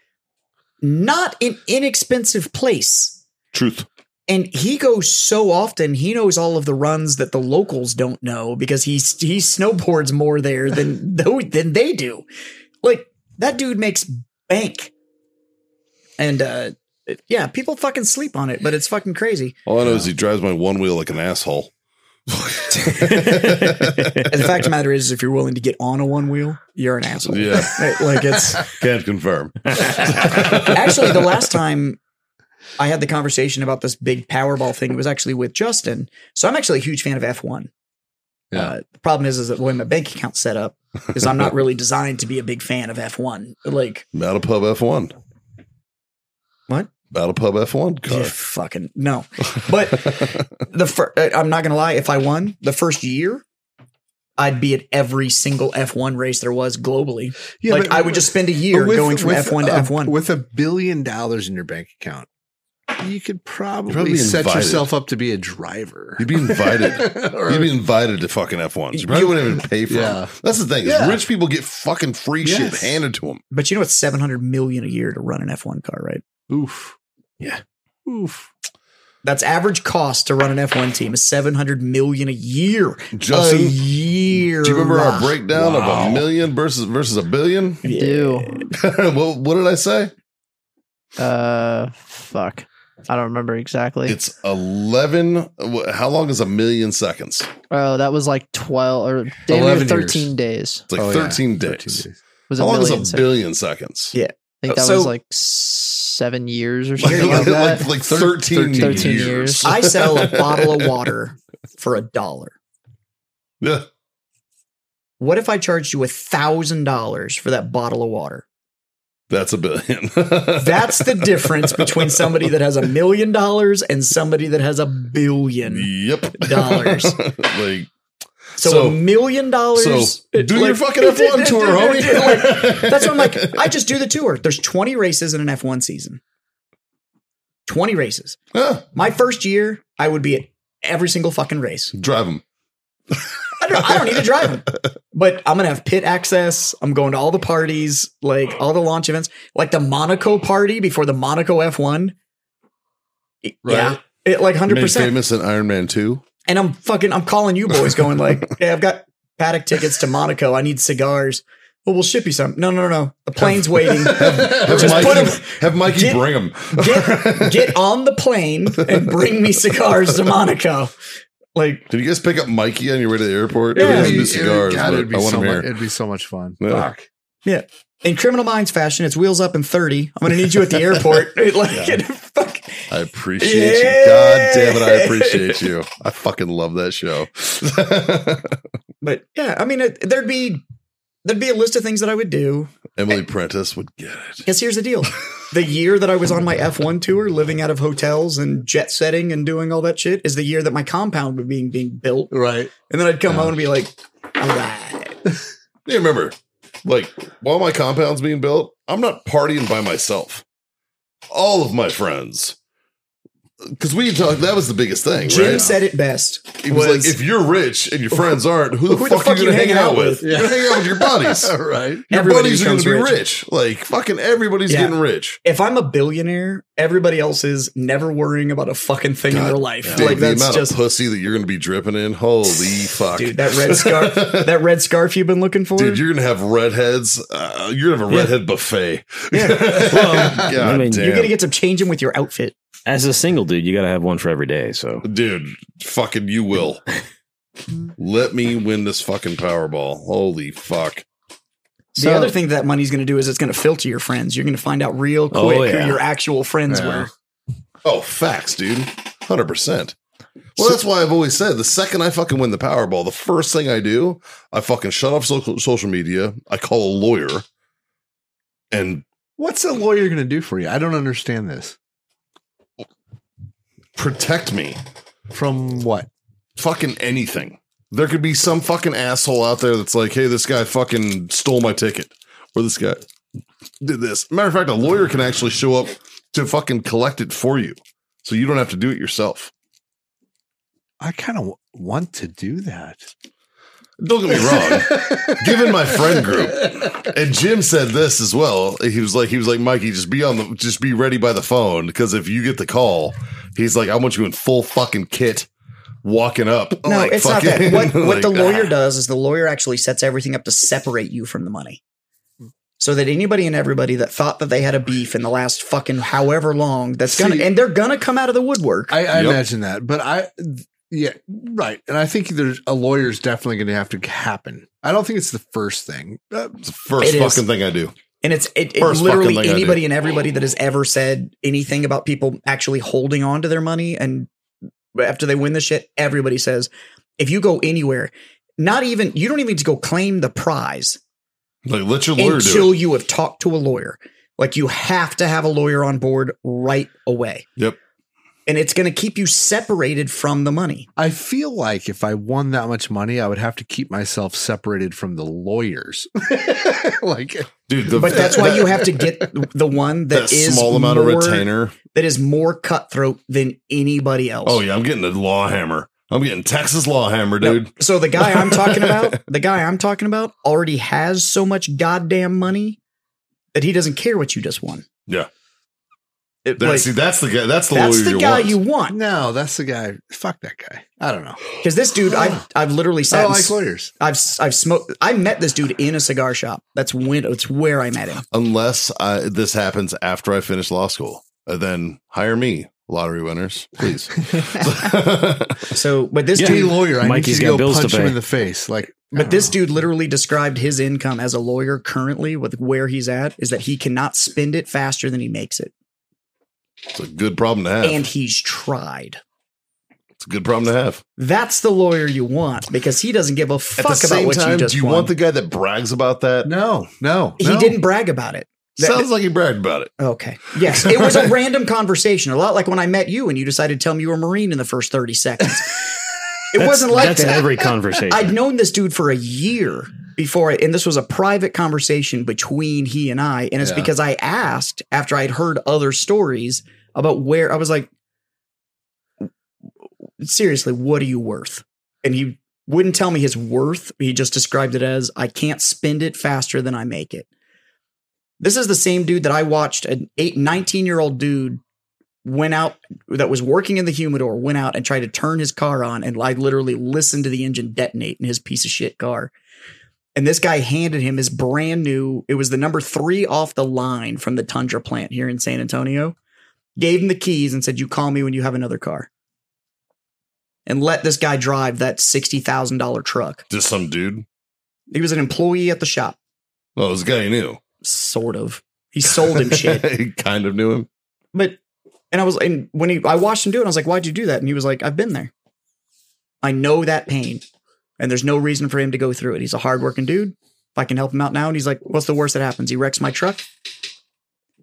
[SPEAKER 5] Not an inexpensive place.
[SPEAKER 1] Truth.
[SPEAKER 5] and he goes so often he knows all of the runs that the locals don't know because he he snowboards more there than than they do like that dude makes bank and uh yeah people fucking sleep on it but it's fucking crazy
[SPEAKER 1] All I know is he drives my one wheel like an asshole.
[SPEAKER 5] and the fact of the matter is if you're willing to get on a one wheel you're an asshole
[SPEAKER 1] Yeah.
[SPEAKER 5] Right, like it's
[SPEAKER 1] Can't confirm.
[SPEAKER 5] actually the last time i had the conversation about this big powerball thing it was actually with justin so i'm actually a huge fan of f1
[SPEAKER 3] Yeah.
[SPEAKER 5] uh, the problem is is that the way my bank account's set up is i'm not really designed to be a big fan of f1 like
[SPEAKER 1] Battle Pub F1.
[SPEAKER 5] What?
[SPEAKER 1] Battle Pub F1
[SPEAKER 5] yeah,
[SPEAKER 1] car.
[SPEAKER 5] fucking no but the fir- uh, i'm not gonna lie if i won the first year I'd be at every single F1 race there was globally.
[SPEAKER 3] Yeah,
[SPEAKER 5] like
[SPEAKER 3] but-
[SPEAKER 5] I would just spend a year
[SPEAKER 3] but with-
[SPEAKER 5] going from
[SPEAKER 3] with
[SPEAKER 5] F1 to
[SPEAKER 3] a-
[SPEAKER 5] F1.
[SPEAKER 3] with a billion dollars in your bank account. You could probably,
[SPEAKER 1] Probably
[SPEAKER 3] set
[SPEAKER 1] invited.
[SPEAKER 3] yourself up to be a driver.
[SPEAKER 1] You'd be invited.
[SPEAKER 3] Or-
[SPEAKER 1] You'd be invited to fucking F1. You probably wouldn't even pay for
[SPEAKER 3] Yeah.
[SPEAKER 1] it. That's the thing. is
[SPEAKER 3] Yeah.
[SPEAKER 1] Rich people get fucking free shit
[SPEAKER 3] Yes.
[SPEAKER 1] handed to them.
[SPEAKER 5] but you know it's 700 million a year to run an F1 car, right?
[SPEAKER 3] oof.
[SPEAKER 4] Yeah.
[SPEAKER 3] Oof.
[SPEAKER 5] That's average cost to run an F1 team is 700 million a year. a
[SPEAKER 1] Justin,
[SPEAKER 5] year.
[SPEAKER 1] do you remember our breakdown of
[SPEAKER 4] Wow.
[SPEAKER 1] a million versus versus a billion?
[SPEAKER 6] I do.
[SPEAKER 1] what, what did I say?
[SPEAKER 6] Uh, fuck. I don't remember exactly.
[SPEAKER 1] It's 11. wh- How long is a million seconds?
[SPEAKER 6] oh, that was like twelve or damn near
[SPEAKER 3] 11 years.
[SPEAKER 6] thirteen days.
[SPEAKER 1] It's like
[SPEAKER 3] Oh, yeah.
[SPEAKER 1] 13 days.
[SPEAKER 6] Was a
[SPEAKER 1] How long is
[SPEAKER 6] million.
[SPEAKER 1] a
[SPEAKER 6] so
[SPEAKER 1] billion seconds?
[SPEAKER 5] Yeah.
[SPEAKER 6] I think that
[SPEAKER 5] So-
[SPEAKER 6] was like seven years or
[SPEAKER 1] Like,
[SPEAKER 6] something. like
[SPEAKER 1] like,
[SPEAKER 6] that.
[SPEAKER 1] like, like
[SPEAKER 3] Thir-
[SPEAKER 1] 13,
[SPEAKER 6] 13
[SPEAKER 1] years.
[SPEAKER 6] years.
[SPEAKER 5] I sell a bottle of water for a dollar.
[SPEAKER 1] Yeah.
[SPEAKER 5] What if I charged you a thousand dollars for that bottle of water?
[SPEAKER 1] That's a billion.
[SPEAKER 5] That's the difference between somebody that has a million dollars and somebody that has a billion.
[SPEAKER 1] yep
[SPEAKER 5] dollars.
[SPEAKER 1] like
[SPEAKER 5] So,
[SPEAKER 1] So-
[SPEAKER 5] a million dollars.
[SPEAKER 1] so,
[SPEAKER 5] it-
[SPEAKER 1] do your
[SPEAKER 5] like-
[SPEAKER 1] fucking F one tour, homie.
[SPEAKER 5] That's what I'm like. I just do the tour. There's 20 races in an F1 season. 20 races.
[SPEAKER 1] Yeah,
[SPEAKER 5] My first year, I would be at every single fucking race.
[SPEAKER 1] drive them.
[SPEAKER 5] I don't, I don't need to drive them, but I'm gonna have pit access. I'm going to all the parties, like all the launch events, like the Monaco party before the Monaco F1. Y- Yeah,
[SPEAKER 1] Right.
[SPEAKER 5] it, like hundred
[SPEAKER 1] Made
[SPEAKER 5] percent.
[SPEAKER 1] famous in Iron Man two.
[SPEAKER 5] And I'm fucking, I'm calling you boys, going like, "Hey, I've got paddock tickets to Monaco. I need cigars. Well, we'll ship you some. No, no, no. The plane's waiting.
[SPEAKER 1] Have
[SPEAKER 5] Just put
[SPEAKER 1] Mikey,
[SPEAKER 5] 'em-
[SPEAKER 1] have Mikey
[SPEAKER 5] Get-
[SPEAKER 1] bring him.
[SPEAKER 5] get get on the plane and bring me cigars to Monaco. Like,
[SPEAKER 1] Did you guys pick up Mikey on your way to the airport?
[SPEAKER 5] Yeah.
[SPEAKER 1] He
[SPEAKER 5] It'd be-
[SPEAKER 1] doesn't do
[SPEAKER 3] it'd be-
[SPEAKER 1] cigars,
[SPEAKER 3] God, it'd
[SPEAKER 1] but
[SPEAKER 3] be
[SPEAKER 1] I want
[SPEAKER 3] so
[SPEAKER 1] him
[SPEAKER 3] mu-
[SPEAKER 1] here.
[SPEAKER 3] It'd be so much fun.
[SPEAKER 1] Yeah.
[SPEAKER 3] Fuck.
[SPEAKER 5] in Criminal Minds fashion, it's wheels up and 30. I'm going to need you at the airport. It, like, it- fuck.
[SPEAKER 1] I appreciate
[SPEAKER 5] Yeah.
[SPEAKER 1] you. God damn it, I appreciate you. I fucking love that show.
[SPEAKER 5] But yeah, I mean, it, there'd be there'd be a list of things that I would do.
[SPEAKER 1] Emily Prentice would get it.
[SPEAKER 5] Because here's the deal: the year that I was on my F1 tour, living out of hotels and jet setting and doing all that shit, is the year that my compound was being being built.
[SPEAKER 3] Right.
[SPEAKER 5] And then I'd come home and be like, all right.
[SPEAKER 1] Yeah, remember, like while my compound's being built, I'm not partying by myself. All of my friends. Because we talked, that was the biggest thing,
[SPEAKER 5] Jim
[SPEAKER 1] right?
[SPEAKER 5] said it best.
[SPEAKER 1] It was, like if you're rich and your friends aren't, who the,
[SPEAKER 5] Who
[SPEAKER 1] fuck, are you gonna hang out with?
[SPEAKER 3] Yeah.
[SPEAKER 1] You're hanging out with your buddies.
[SPEAKER 3] right.
[SPEAKER 1] Your
[SPEAKER 5] Everybody
[SPEAKER 1] buddies are gonna
[SPEAKER 5] becomes
[SPEAKER 1] be
[SPEAKER 5] rich.
[SPEAKER 1] rich. Like fucking everybody's
[SPEAKER 5] Yeah.
[SPEAKER 1] getting rich.
[SPEAKER 5] if I'm a billionaire, everybody else is never worrying about a fucking thing in
[SPEAKER 1] God
[SPEAKER 5] their life.
[SPEAKER 1] Dude,
[SPEAKER 5] like
[SPEAKER 1] the
[SPEAKER 5] that's
[SPEAKER 1] amount
[SPEAKER 5] just
[SPEAKER 1] of pussy that you're gonna be dripping in, holy fuck.
[SPEAKER 5] dude, that red scarf, that red scarf you've been looking for.
[SPEAKER 1] Dude, you're gonna have redheads. Uh, you're gonna have a
[SPEAKER 5] Yeah.
[SPEAKER 1] redhead buffet.
[SPEAKER 5] Yeah.
[SPEAKER 4] Well,
[SPEAKER 1] God
[SPEAKER 4] I mean,
[SPEAKER 1] damn.
[SPEAKER 5] You're gonna get some change in with your outfit.
[SPEAKER 4] As a single dude, you got to have one for every day. So
[SPEAKER 1] dude, fucking, you will. Let me win this fucking Powerball. Holy fuck!
[SPEAKER 5] The other thing that money's gonna do is it's gonna filter your friends. You're gonna find out real
[SPEAKER 4] Oh,
[SPEAKER 5] quick
[SPEAKER 4] yeah.
[SPEAKER 5] who your actual friends
[SPEAKER 3] Yeah.
[SPEAKER 5] were.
[SPEAKER 1] Oh, facts, dude. Hundred percent. Well, that's why I've always said the second I fucking win the Powerball, the first thing I do, I fucking shut off social social media. I call a lawyer, and
[SPEAKER 3] What's a lawyer going to do for you? I don't understand this.
[SPEAKER 1] protect me.
[SPEAKER 3] From what?
[SPEAKER 1] fucking anything. There could be some fucking asshole out there that's like, hey, this guy fucking stole my ticket, or this guy did this. Matter of fact, a lawyer can actually show up to fucking collect it for you, so you don't have to do it yourself.
[SPEAKER 3] I kind of w- want to do that.
[SPEAKER 1] Don't get me wrong. Given my friend group, and Jim said this as well. He was like, he was like, Mikey, just be on the, just be ready by the phone because if you get the call, he's like, I want you in full fucking kit, walking up. I'm
[SPEAKER 5] No,
[SPEAKER 1] Oh, like,
[SPEAKER 5] it's not
[SPEAKER 1] fucking-
[SPEAKER 5] that. What what
[SPEAKER 1] like,
[SPEAKER 5] the lawyer
[SPEAKER 1] ah.
[SPEAKER 5] does is the lawyer actually sets everything up to separate you from the money. So that anybody and everybody that thought that they had a beef in the last fucking however long, that's gonna
[SPEAKER 3] See-
[SPEAKER 5] and they're gonna come out of the woodwork.
[SPEAKER 3] I, I
[SPEAKER 1] Yep.
[SPEAKER 3] imagine that, but I, yeah, right. And I think there's a lawyer's definitely going to have to happen. I don't think it's the first thing. Uh,
[SPEAKER 1] It's the first
[SPEAKER 5] It is.
[SPEAKER 1] fucking thing I do.
[SPEAKER 5] And it's it, it
[SPEAKER 1] First
[SPEAKER 5] literally
[SPEAKER 1] fucking thing I
[SPEAKER 5] anybody and everybody that has ever said anything about people actually holding on to their money and after they win the shit, everybody says, if you go anywhere, not even you don't even need to go claim the prize
[SPEAKER 1] Like let your lawyer
[SPEAKER 5] until
[SPEAKER 1] do it.
[SPEAKER 5] you have talked to a lawyer. Like you have to have a lawyer on board right away.
[SPEAKER 1] Yep.
[SPEAKER 5] And it's gonna keep you separated from the money.
[SPEAKER 3] I feel like if I won that much money, I would have to keep myself separated from the lawyers. like,
[SPEAKER 1] Dude, the,
[SPEAKER 5] But that's why you have to get the one
[SPEAKER 1] that,
[SPEAKER 5] that is
[SPEAKER 1] small amount
[SPEAKER 5] more-
[SPEAKER 1] of retainer.
[SPEAKER 5] that is more cutthroat than anybody else.
[SPEAKER 1] Oh yeah, I'm getting a law hammer. I'm getting Texas law hammer,
[SPEAKER 5] No.
[SPEAKER 1] dude.
[SPEAKER 5] So the guy I'm talking about, the guy I'm talking about already has so much goddamn money that he doesn't care what you just won.
[SPEAKER 1] Yeah.
[SPEAKER 5] It-
[SPEAKER 1] That-
[SPEAKER 5] like,
[SPEAKER 1] see, that's the guy. That's the
[SPEAKER 5] that's
[SPEAKER 1] lawyer
[SPEAKER 5] the
[SPEAKER 1] you
[SPEAKER 5] guy
[SPEAKER 1] want.
[SPEAKER 5] you want.
[SPEAKER 3] no, that's the guy. Fuck that guy. I don't know.
[SPEAKER 5] Because this dude, I've, I've literally
[SPEAKER 3] I
[SPEAKER 5] sat.
[SPEAKER 1] Oh,
[SPEAKER 3] don't
[SPEAKER 5] and
[SPEAKER 3] like
[SPEAKER 5] s-
[SPEAKER 3] lawyers.
[SPEAKER 5] I've I've smoked. I met this dude in a cigar shop. That's when it's where I met him.
[SPEAKER 1] Unless I, this happens after I finish law school, Uh, then hire me, lottery winners, please.
[SPEAKER 5] So, but this
[SPEAKER 4] Yeah.
[SPEAKER 3] Hey,
[SPEAKER 5] dude,
[SPEAKER 3] lawyer, I
[SPEAKER 4] Mikey's
[SPEAKER 3] need you to go
[SPEAKER 4] got bills to
[SPEAKER 3] punch him
[SPEAKER 4] pay.
[SPEAKER 3] in the face. Like, I
[SPEAKER 5] but
[SPEAKER 3] don't
[SPEAKER 5] this
[SPEAKER 3] know.
[SPEAKER 5] dude literally described his income as a lawyer currently with where he's at is that he cannot spend it faster than he makes it,
[SPEAKER 1] it's a good problem to have.
[SPEAKER 5] and he's tried.
[SPEAKER 1] it's a good problem to have.
[SPEAKER 5] That's the lawyer you want because he doesn't give a fuck
[SPEAKER 1] At the
[SPEAKER 5] about
[SPEAKER 1] same
[SPEAKER 5] what you
[SPEAKER 1] time,
[SPEAKER 5] just
[SPEAKER 1] do you
[SPEAKER 5] won.
[SPEAKER 1] want the guy that brags about that?
[SPEAKER 3] No, no,
[SPEAKER 5] he
[SPEAKER 3] no.
[SPEAKER 5] didn't brag about it. that-
[SPEAKER 1] Sounds like he bragged about it.
[SPEAKER 5] Okay. Yes, it was a random conversation, a lot like when I met you and you decided to tell me you were a Marine in the first thirty seconds. It
[SPEAKER 4] That's-
[SPEAKER 5] wasn't like
[SPEAKER 4] that's
[SPEAKER 5] that.
[SPEAKER 4] every conversation.
[SPEAKER 5] I'd known this dude for a year before, I, and this was a private conversation between he and I. And it's
[SPEAKER 3] Yeah.
[SPEAKER 5] because I asked after I'd heard other stories about where I was like, seriously, what are you worth? And he wouldn't tell me his worth. He just described it as I can't spend it faster than I make it. This is the same dude that I watched an eight, 19 year old dude went out that was working in the humidor went out and tried to turn his car on and I literally listened to the engine detonate in his piece of shit car. And this guy handed him his brand new, it was the number three off the line from the Tundra plant here in San Antonio. Gave him the keys and said, You call me when you have another car. And let this guy drive that $60,000 truck.
[SPEAKER 1] Just some dude.
[SPEAKER 5] He was an employee at the shop,
[SPEAKER 1] Oh, it was a guy you knew.
[SPEAKER 5] sort of. He sold him shit.
[SPEAKER 1] He kind of knew him.
[SPEAKER 5] But and I was and when he I watched him do it, I was like, why'd you do that? And he was like, I've been there. I know that pain. And there's no reason for him to go through it. He's a hardworking dude. If I can help him out now, and he's like, What's the worst that happens? He wrecks my truck.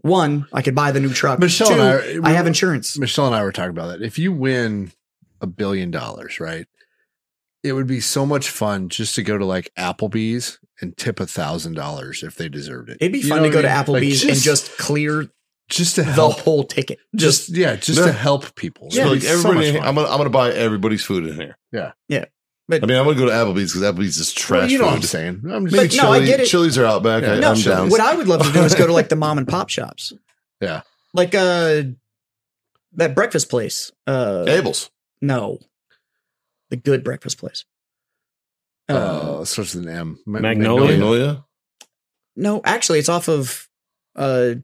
[SPEAKER 5] One, I could buy the new truck.
[SPEAKER 3] Michelle
[SPEAKER 5] Two,
[SPEAKER 3] and I-
[SPEAKER 5] I, have insurance.
[SPEAKER 3] Michelle and I were talking about that. If you win a billion dollars, right? It would be so much fun just to go to like Applebee's and tip a thousand dollars if they deserved it.
[SPEAKER 5] It'd be
[SPEAKER 3] You
[SPEAKER 5] fun
[SPEAKER 3] know
[SPEAKER 5] to go
[SPEAKER 3] what
[SPEAKER 5] to
[SPEAKER 3] I mean? Like,
[SPEAKER 5] Applebee's and just clear
[SPEAKER 3] just to
[SPEAKER 5] the
[SPEAKER 3] help,
[SPEAKER 5] whole ticket.
[SPEAKER 3] just, yeah, just
[SPEAKER 1] No.
[SPEAKER 3] to help people. It'd
[SPEAKER 1] Yeah,
[SPEAKER 3] be
[SPEAKER 1] like
[SPEAKER 3] so
[SPEAKER 1] everybody.
[SPEAKER 3] much fun.
[SPEAKER 1] I'm gonna I'm gonna buy everybody's food in here.
[SPEAKER 3] Yeah.
[SPEAKER 5] Yeah.
[SPEAKER 1] But
[SPEAKER 5] But-
[SPEAKER 1] I mean, I'm gonna go to Applebee's because Applebee's is trash
[SPEAKER 3] Well, you know what I'm
[SPEAKER 1] food.
[SPEAKER 3] saying? I'm
[SPEAKER 1] Maybe
[SPEAKER 5] But
[SPEAKER 3] just,
[SPEAKER 5] no, I
[SPEAKER 1] chili,
[SPEAKER 5] get it.
[SPEAKER 1] Chili's are out back.
[SPEAKER 3] Yeah,
[SPEAKER 1] I,
[SPEAKER 5] no,
[SPEAKER 1] I'm down.
[SPEAKER 5] what I would love to do is go to like the mom and pop shops.
[SPEAKER 3] Yeah.
[SPEAKER 5] Like uh that breakfast place. Uh
[SPEAKER 1] Abel's.
[SPEAKER 5] No. The good breakfast place. Uh,
[SPEAKER 1] Oh.
[SPEAKER 3] uh, it starts with an M. Ma-
[SPEAKER 5] Oh,
[SPEAKER 4] Magnolia?
[SPEAKER 1] Magnolia.
[SPEAKER 5] no, actually, it's off of uh,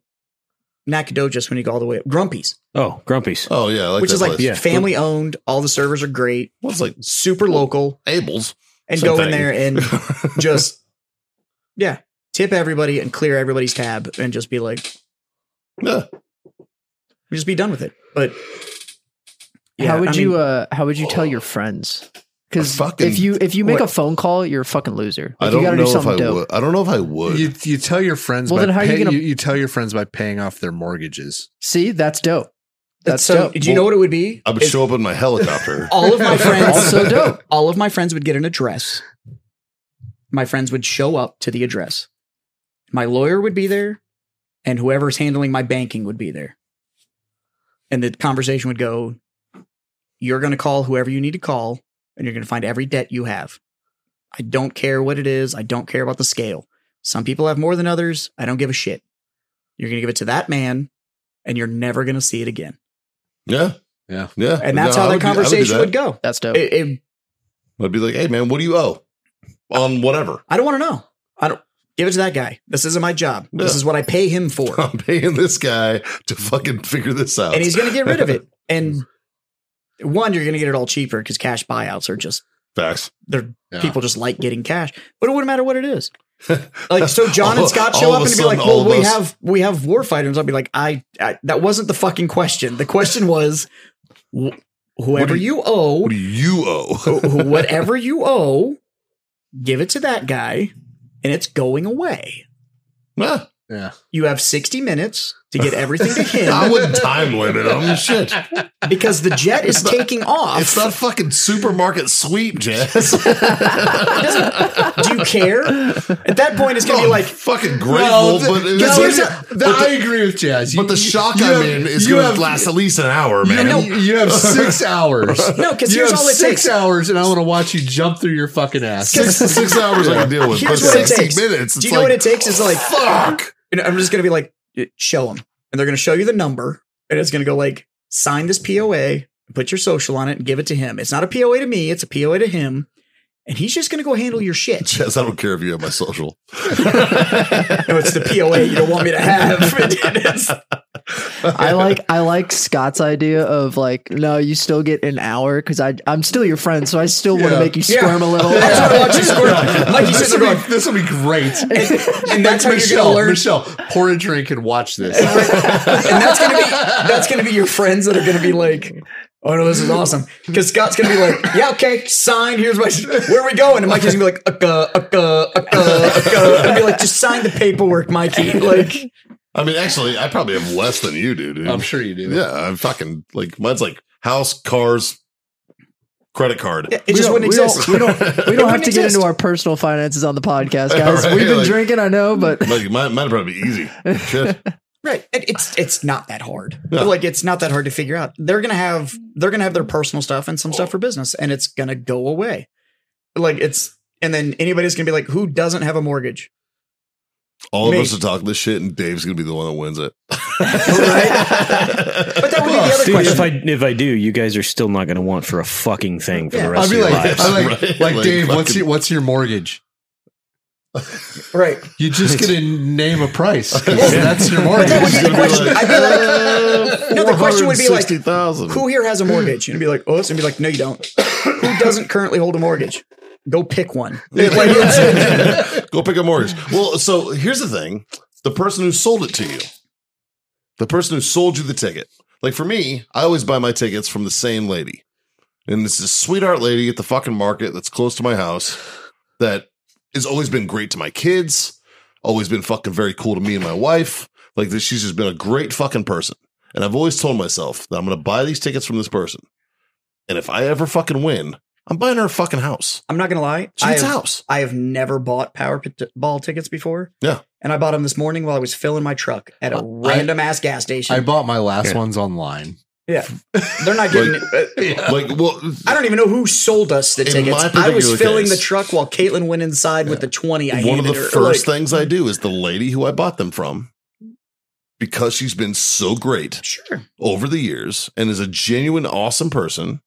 [SPEAKER 5] Nacogdoches when you go all the way up. Grumpy's,
[SPEAKER 4] Oh, Grumpy's.
[SPEAKER 1] Oh yeah, I like
[SPEAKER 5] which
[SPEAKER 1] that
[SPEAKER 5] is like
[SPEAKER 1] place.
[SPEAKER 4] Yeah.
[SPEAKER 5] family owned. All the servers are great,
[SPEAKER 1] What's like
[SPEAKER 5] super local,
[SPEAKER 1] Abel's?
[SPEAKER 5] and
[SPEAKER 1] Same
[SPEAKER 5] go
[SPEAKER 1] thing.
[SPEAKER 5] in there and just, yeah, tip everybody and clear everybody's tab and just be like,
[SPEAKER 1] Yeah.
[SPEAKER 5] just be done with it. But
[SPEAKER 6] how would
[SPEAKER 5] I
[SPEAKER 6] you
[SPEAKER 5] mean,
[SPEAKER 6] uh how would you tell your friends? Because
[SPEAKER 1] Fucking-
[SPEAKER 6] if you if you make a
[SPEAKER 5] What?
[SPEAKER 6] phone call, you're a fucking loser.
[SPEAKER 1] I
[SPEAKER 6] If
[SPEAKER 1] don't
[SPEAKER 6] you
[SPEAKER 1] know if I would. I don't know if I would.
[SPEAKER 3] You, you tell your friends.
[SPEAKER 6] Well,
[SPEAKER 3] by
[SPEAKER 6] then how are you
[SPEAKER 3] pay-
[SPEAKER 6] gonna-
[SPEAKER 3] you tell your friends by paying off their mortgages.
[SPEAKER 6] See, that's dope. That's
[SPEAKER 5] so,
[SPEAKER 6] dope.
[SPEAKER 5] do you know what it would be?
[SPEAKER 1] I would
[SPEAKER 5] Is
[SPEAKER 1] show up in my helicopter.
[SPEAKER 5] all of my friends,
[SPEAKER 6] Also dope.
[SPEAKER 5] all of my friends would get an address. My friends would show up to the address. My lawyer would be there, and whoever's handling my banking would be there. And the conversation would go You're going to call whoever you need to call, and you're going to find every debt you have. I don't care what it is. I don't care about the scale. Some people have more than others. I don't give a shit. You're going to give it to that man, and you're never going to see it again.
[SPEAKER 1] yeah.
[SPEAKER 3] Yeah.
[SPEAKER 1] Yeah.
[SPEAKER 5] And that's
[SPEAKER 1] No,
[SPEAKER 5] how
[SPEAKER 1] I
[SPEAKER 5] that
[SPEAKER 1] do- I do
[SPEAKER 5] conversation
[SPEAKER 1] that.
[SPEAKER 5] would, go.
[SPEAKER 6] That's dope.
[SPEAKER 5] It- it
[SPEAKER 1] I'd be like, hey man, what do you owe? On whatever.
[SPEAKER 5] I don't want to know. I don't give it to that guy. This isn't my job. This
[SPEAKER 1] Yeah. Oh,
[SPEAKER 5] is what I pay him for.
[SPEAKER 1] I'm paying this guy to fucking figure this out.
[SPEAKER 5] and he's going to get rid of it. And one, you're going to get it all cheaper because cash buyouts are just,
[SPEAKER 1] facts.
[SPEAKER 5] they're,
[SPEAKER 3] Yeah.
[SPEAKER 5] people just like getting cash, but it wouldn't matter what it is. Like, so John and Scott show
[SPEAKER 1] All
[SPEAKER 5] up
[SPEAKER 1] of a
[SPEAKER 5] and be like,
[SPEAKER 1] sudden, all
[SPEAKER 5] well,
[SPEAKER 1] of
[SPEAKER 5] we
[SPEAKER 1] us-
[SPEAKER 5] have, we have war fighters. I'll be like, I, I, that wasn't the fucking question. The question was wh- whoever
[SPEAKER 1] do
[SPEAKER 5] you, owe,
[SPEAKER 1] What do you owe?
[SPEAKER 5] wh- whatever you owe, give it to that guy and it's going away.
[SPEAKER 1] Ah,
[SPEAKER 3] Yeah.
[SPEAKER 5] You have 60 minutes to get everything to him.
[SPEAKER 1] I would time limit them. Shit.
[SPEAKER 5] because the jet is taking off.
[SPEAKER 1] It's not fucking supermarket sweep, Jazz.
[SPEAKER 5] Do you care? At that point, it's gonna
[SPEAKER 1] Oh,
[SPEAKER 5] be like,
[SPEAKER 1] fucking grateful,
[SPEAKER 3] Well, the-
[SPEAKER 1] but,
[SPEAKER 5] no,
[SPEAKER 1] but
[SPEAKER 5] here's
[SPEAKER 1] the-
[SPEAKER 5] a-
[SPEAKER 1] but
[SPEAKER 3] I
[SPEAKER 1] the,
[SPEAKER 3] agree with Jazz.
[SPEAKER 1] but the shock I'm in is
[SPEAKER 3] you
[SPEAKER 1] going
[SPEAKER 3] have-
[SPEAKER 1] to last at least an hour,
[SPEAKER 3] You,
[SPEAKER 1] man.
[SPEAKER 3] you have six hours.
[SPEAKER 5] no, because
[SPEAKER 3] You
[SPEAKER 5] here's
[SPEAKER 3] have
[SPEAKER 5] all it
[SPEAKER 3] six
[SPEAKER 5] takes.
[SPEAKER 3] hours, and I want to watch you jump through your fucking ass.
[SPEAKER 1] Six, six hours I can deal with, but
[SPEAKER 5] Here's what it
[SPEAKER 1] 60
[SPEAKER 5] takes.
[SPEAKER 1] minutes.
[SPEAKER 5] Do
[SPEAKER 1] It's
[SPEAKER 5] you know
[SPEAKER 1] like,
[SPEAKER 5] what it takes? Is like,
[SPEAKER 1] fuck.
[SPEAKER 5] you know, I'm just gonna be like, show them, and they're gonna show you the number, and it's gonna go like, sign this POA, put your social on it, and give it to him. It's not a POA to me; it's a POA to him, and he's just gonna go handle your shit.
[SPEAKER 1] Jazz, I don't care if you have my social.
[SPEAKER 5] no, it's the POA you don't want me to have. It's-
[SPEAKER 6] I like I like Scott's idea of like, no, you still get an hour because I I'm still your friend, so I still want
[SPEAKER 3] Yeah.
[SPEAKER 6] to make you
[SPEAKER 5] Yeah.
[SPEAKER 6] squirm a little.
[SPEAKER 5] I just wanna watch you squirm. Like you
[SPEAKER 3] this,
[SPEAKER 5] said,
[SPEAKER 3] would
[SPEAKER 5] they're
[SPEAKER 3] be, this would be great.
[SPEAKER 5] going, and that's how you're
[SPEAKER 3] Michelle,
[SPEAKER 5] gonna learn.
[SPEAKER 3] Michelle, pour a drink and watch this.
[SPEAKER 5] and that's gonna be that's gonna be your friends that are gonna be like, oh no, this is awesome. Because Scott's gonna be like, yeah, okay, sign. Here's my where are we going? And Mikey's gonna be like, uh, uh, uh, uh, and be like, just sign the paperwork, Mikey. Like,
[SPEAKER 1] I mean, actually, I probably have less than you do, dude.
[SPEAKER 3] I'm sure you do.
[SPEAKER 1] Yeah, I'm fucking like mine's like house, cars, credit card.
[SPEAKER 5] it just wouldn't
[SPEAKER 6] we don't-
[SPEAKER 5] exist.
[SPEAKER 6] we don't- we don't have
[SPEAKER 5] wouldn't
[SPEAKER 6] to get
[SPEAKER 5] exist.
[SPEAKER 6] into our personal finances on the podcast,
[SPEAKER 1] Yeah,
[SPEAKER 6] guys.
[SPEAKER 1] right,
[SPEAKER 6] We've been
[SPEAKER 1] like-
[SPEAKER 6] drinking, I know, but
[SPEAKER 1] Like mine, mine probably be easy. Shit.
[SPEAKER 5] Right. And it's it's not that hard.
[SPEAKER 1] Yeah.
[SPEAKER 5] Like it's not that hard to figure out. They're gonna have they're gonna have their personal stuff and some stuff for business, and it's gonna go away. Like it's and then anybody's gonna be like, who doesn't have a mortgage?
[SPEAKER 1] All
[SPEAKER 5] Me.
[SPEAKER 1] of us are talking this shit, and Dave's gonna be the one that wins it.
[SPEAKER 5] But that would be
[SPEAKER 1] Oh,
[SPEAKER 5] the other
[SPEAKER 4] Dude,
[SPEAKER 5] question.
[SPEAKER 4] if I if I do, you guys are still not going to want for a fucking thing for the
[SPEAKER 5] Yeah.
[SPEAKER 3] I'll
[SPEAKER 4] rest
[SPEAKER 3] be
[SPEAKER 4] of your
[SPEAKER 3] like,
[SPEAKER 4] lives.
[SPEAKER 3] i like,
[SPEAKER 1] Right,
[SPEAKER 3] like,
[SPEAKER 1] like
[SPEAKER 3] Dave, what's
[SPEAKER 1] fucking-
[SPEAKER 3] your what's your mortgage?
[SPEAKER 5] right.
[SPEAKER 3] You just get to name a price. 'cause That's your mortgage.
[SPEAKER 5] that would be the question. I'd be like, no, the question would be like,
[SPEAKER 1] thousand.
[SPEAKER 5] who here has a mortgage? And it'd be like, oh, and be like, no, you don't. Who doesn't currently hold a mortgage? Go pick one. Like, it's-
[SPEAKER 1] Go pick a mortgage. Well, so here's the thing: the person who sold it to you, the person who sold you the ticket. Like for me, I always buy my tickets from the same lady, and this is a sweetheart lady at the fucking market that's close to my house that has always been great to my kids, always been fucking very cool to me and my wife. Like this, she's just been a great fucking person, and I've always told myself that I'm gonna buy these tickets from this person, and if I ever fucking win, I'm buying her a fucking house.
[SPEAKER 5] I'm not gonna lie. I
[SPEAKER 1] She's
[SPEAKER 5] have-
[SPEAKER 1] house.
[SPEAKER 5] I have never bought Powerball tickets before.
[SPEAKER 1] Yeah.
[SPEAKER 5] And I bought them this morning while I was filling my truck at a
[SPEAKER 3] I-
[SPEAKER 5] random ass gas
[SPEAKER 3] I
[SPEAKER 5] station.
[SPEAKER 3] bought my last ones online.
[SPEAKER 5] yeah. They're not getting.
[SPEAKER 1] Like, well,
[SPEAKER 5] I don't even know who sold us the
[SPEAKER 1] In
[SPEAKER 5] tickets.
[SPEAKER 1] my
[SPEAKER 5] I was
[SPEAKER 1] particular
[SPEAKER 5] filling
[SPEAKER 1] case-
[SPEAKER 5] the truck while Caitlin went inside with the 20 I
[SPEAKER 1] one of the
[SPEAKER 5] handed her.
[SPEAKER 1] first
[SPEAKER 5] Like,
[SPEAKER 1] things I do is the lady who I bought them from, because she's been so great
[SPEAKER 5] Sure.
[SPEAKER 1] over the years and is a genuine awesome person.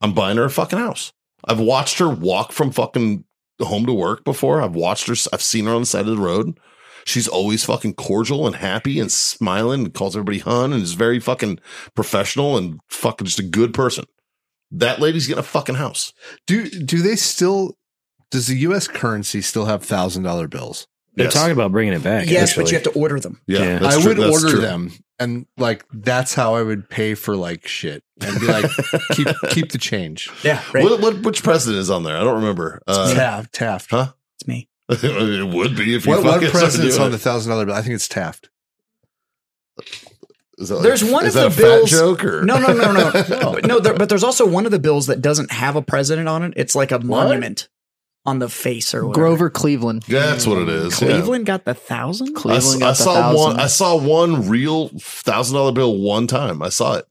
[SPEAKER 1] I'm buying her a fucking house. I've watched her walk from fucking home to work before. I've watched her. I've seen her on the side of the road. She's always fucking cordial and happy and smiling and calls everybody hun and is very fucking professional and fucking just a good person. That lady's getting a fucking house.
[SPEAKER 3] Do do they still? Does the U.S. currency still have thousand dollar bills?
[SPEAKER 4] They're
[SPEAKER 1] Yes.
[SPEAKER 4] talking about bringing it back.
[SPEAKER 5] Yes, but
[SPEAKER 4] actually.
[SPEAKER 5] you have to order them.
[SPEAKER 1] Yeah,
[SPEAKER 4] Yeah.
[SPEAKER 1] that's
[SPEAKER 3] I
[SPEAKER 1] true-
[SPEAKER 3] would
[SPEAKER 1] that's
[SPEAKER 3] order
[SPEAKER 1] true.
[SPEAKER 3] them, and like that's how I would pay for like shit, and be like, keep keep the change.
[SPEAKER 5] Yeah. Right.
[SPEAKER 1] What, what which president is on there? I don't remember. Uh,
[SPEAKER 3] Taft, Taft.
[SPEAKER 1] huh?
[SPEAKER 5] it's me.
[SPEAKER 1] it would be if you
[SPEAKER 3] What, what
[SPEAKER 1] fucking
[SPEAKER 3] president's on
[SPEAKER 1] started
[SPEAKER 3] the
[SPEAKER 1] doing
[SPEAKER 3] thousand dollar bill? I think it's Taft.
[SPEAKER 1] it. Is that like-
[SPEAKER 5] There's one
[SPEAKER 1] is
[SPEAKER 5] of the
[SPEAKER 1] that a fat
[SPEAKER 5] bills-
[SPEAKER 1] joke or
[SPEAKER 5] No, no, no, no, no. no there, but there's also one of the bills that doesn't have a president on it. It's like a monument on the face or whatever.
[SPEAKER 6] Grover Cleveland.
[SPEAKER 1] That's what it is. yeah.
[SPEAKER 5] Cleveland got the thousand.
[SPEAKER 1] I, s-
[SPEAKER 6] Cleveland
[SPEAKER 1] I
[SPEAKER 6] got the
[SPEAKER 1] saw one.
[SPEAKER 6] thousand.
[SPEAKER 1] I saw one real thousand dollar bill one time. I saw it.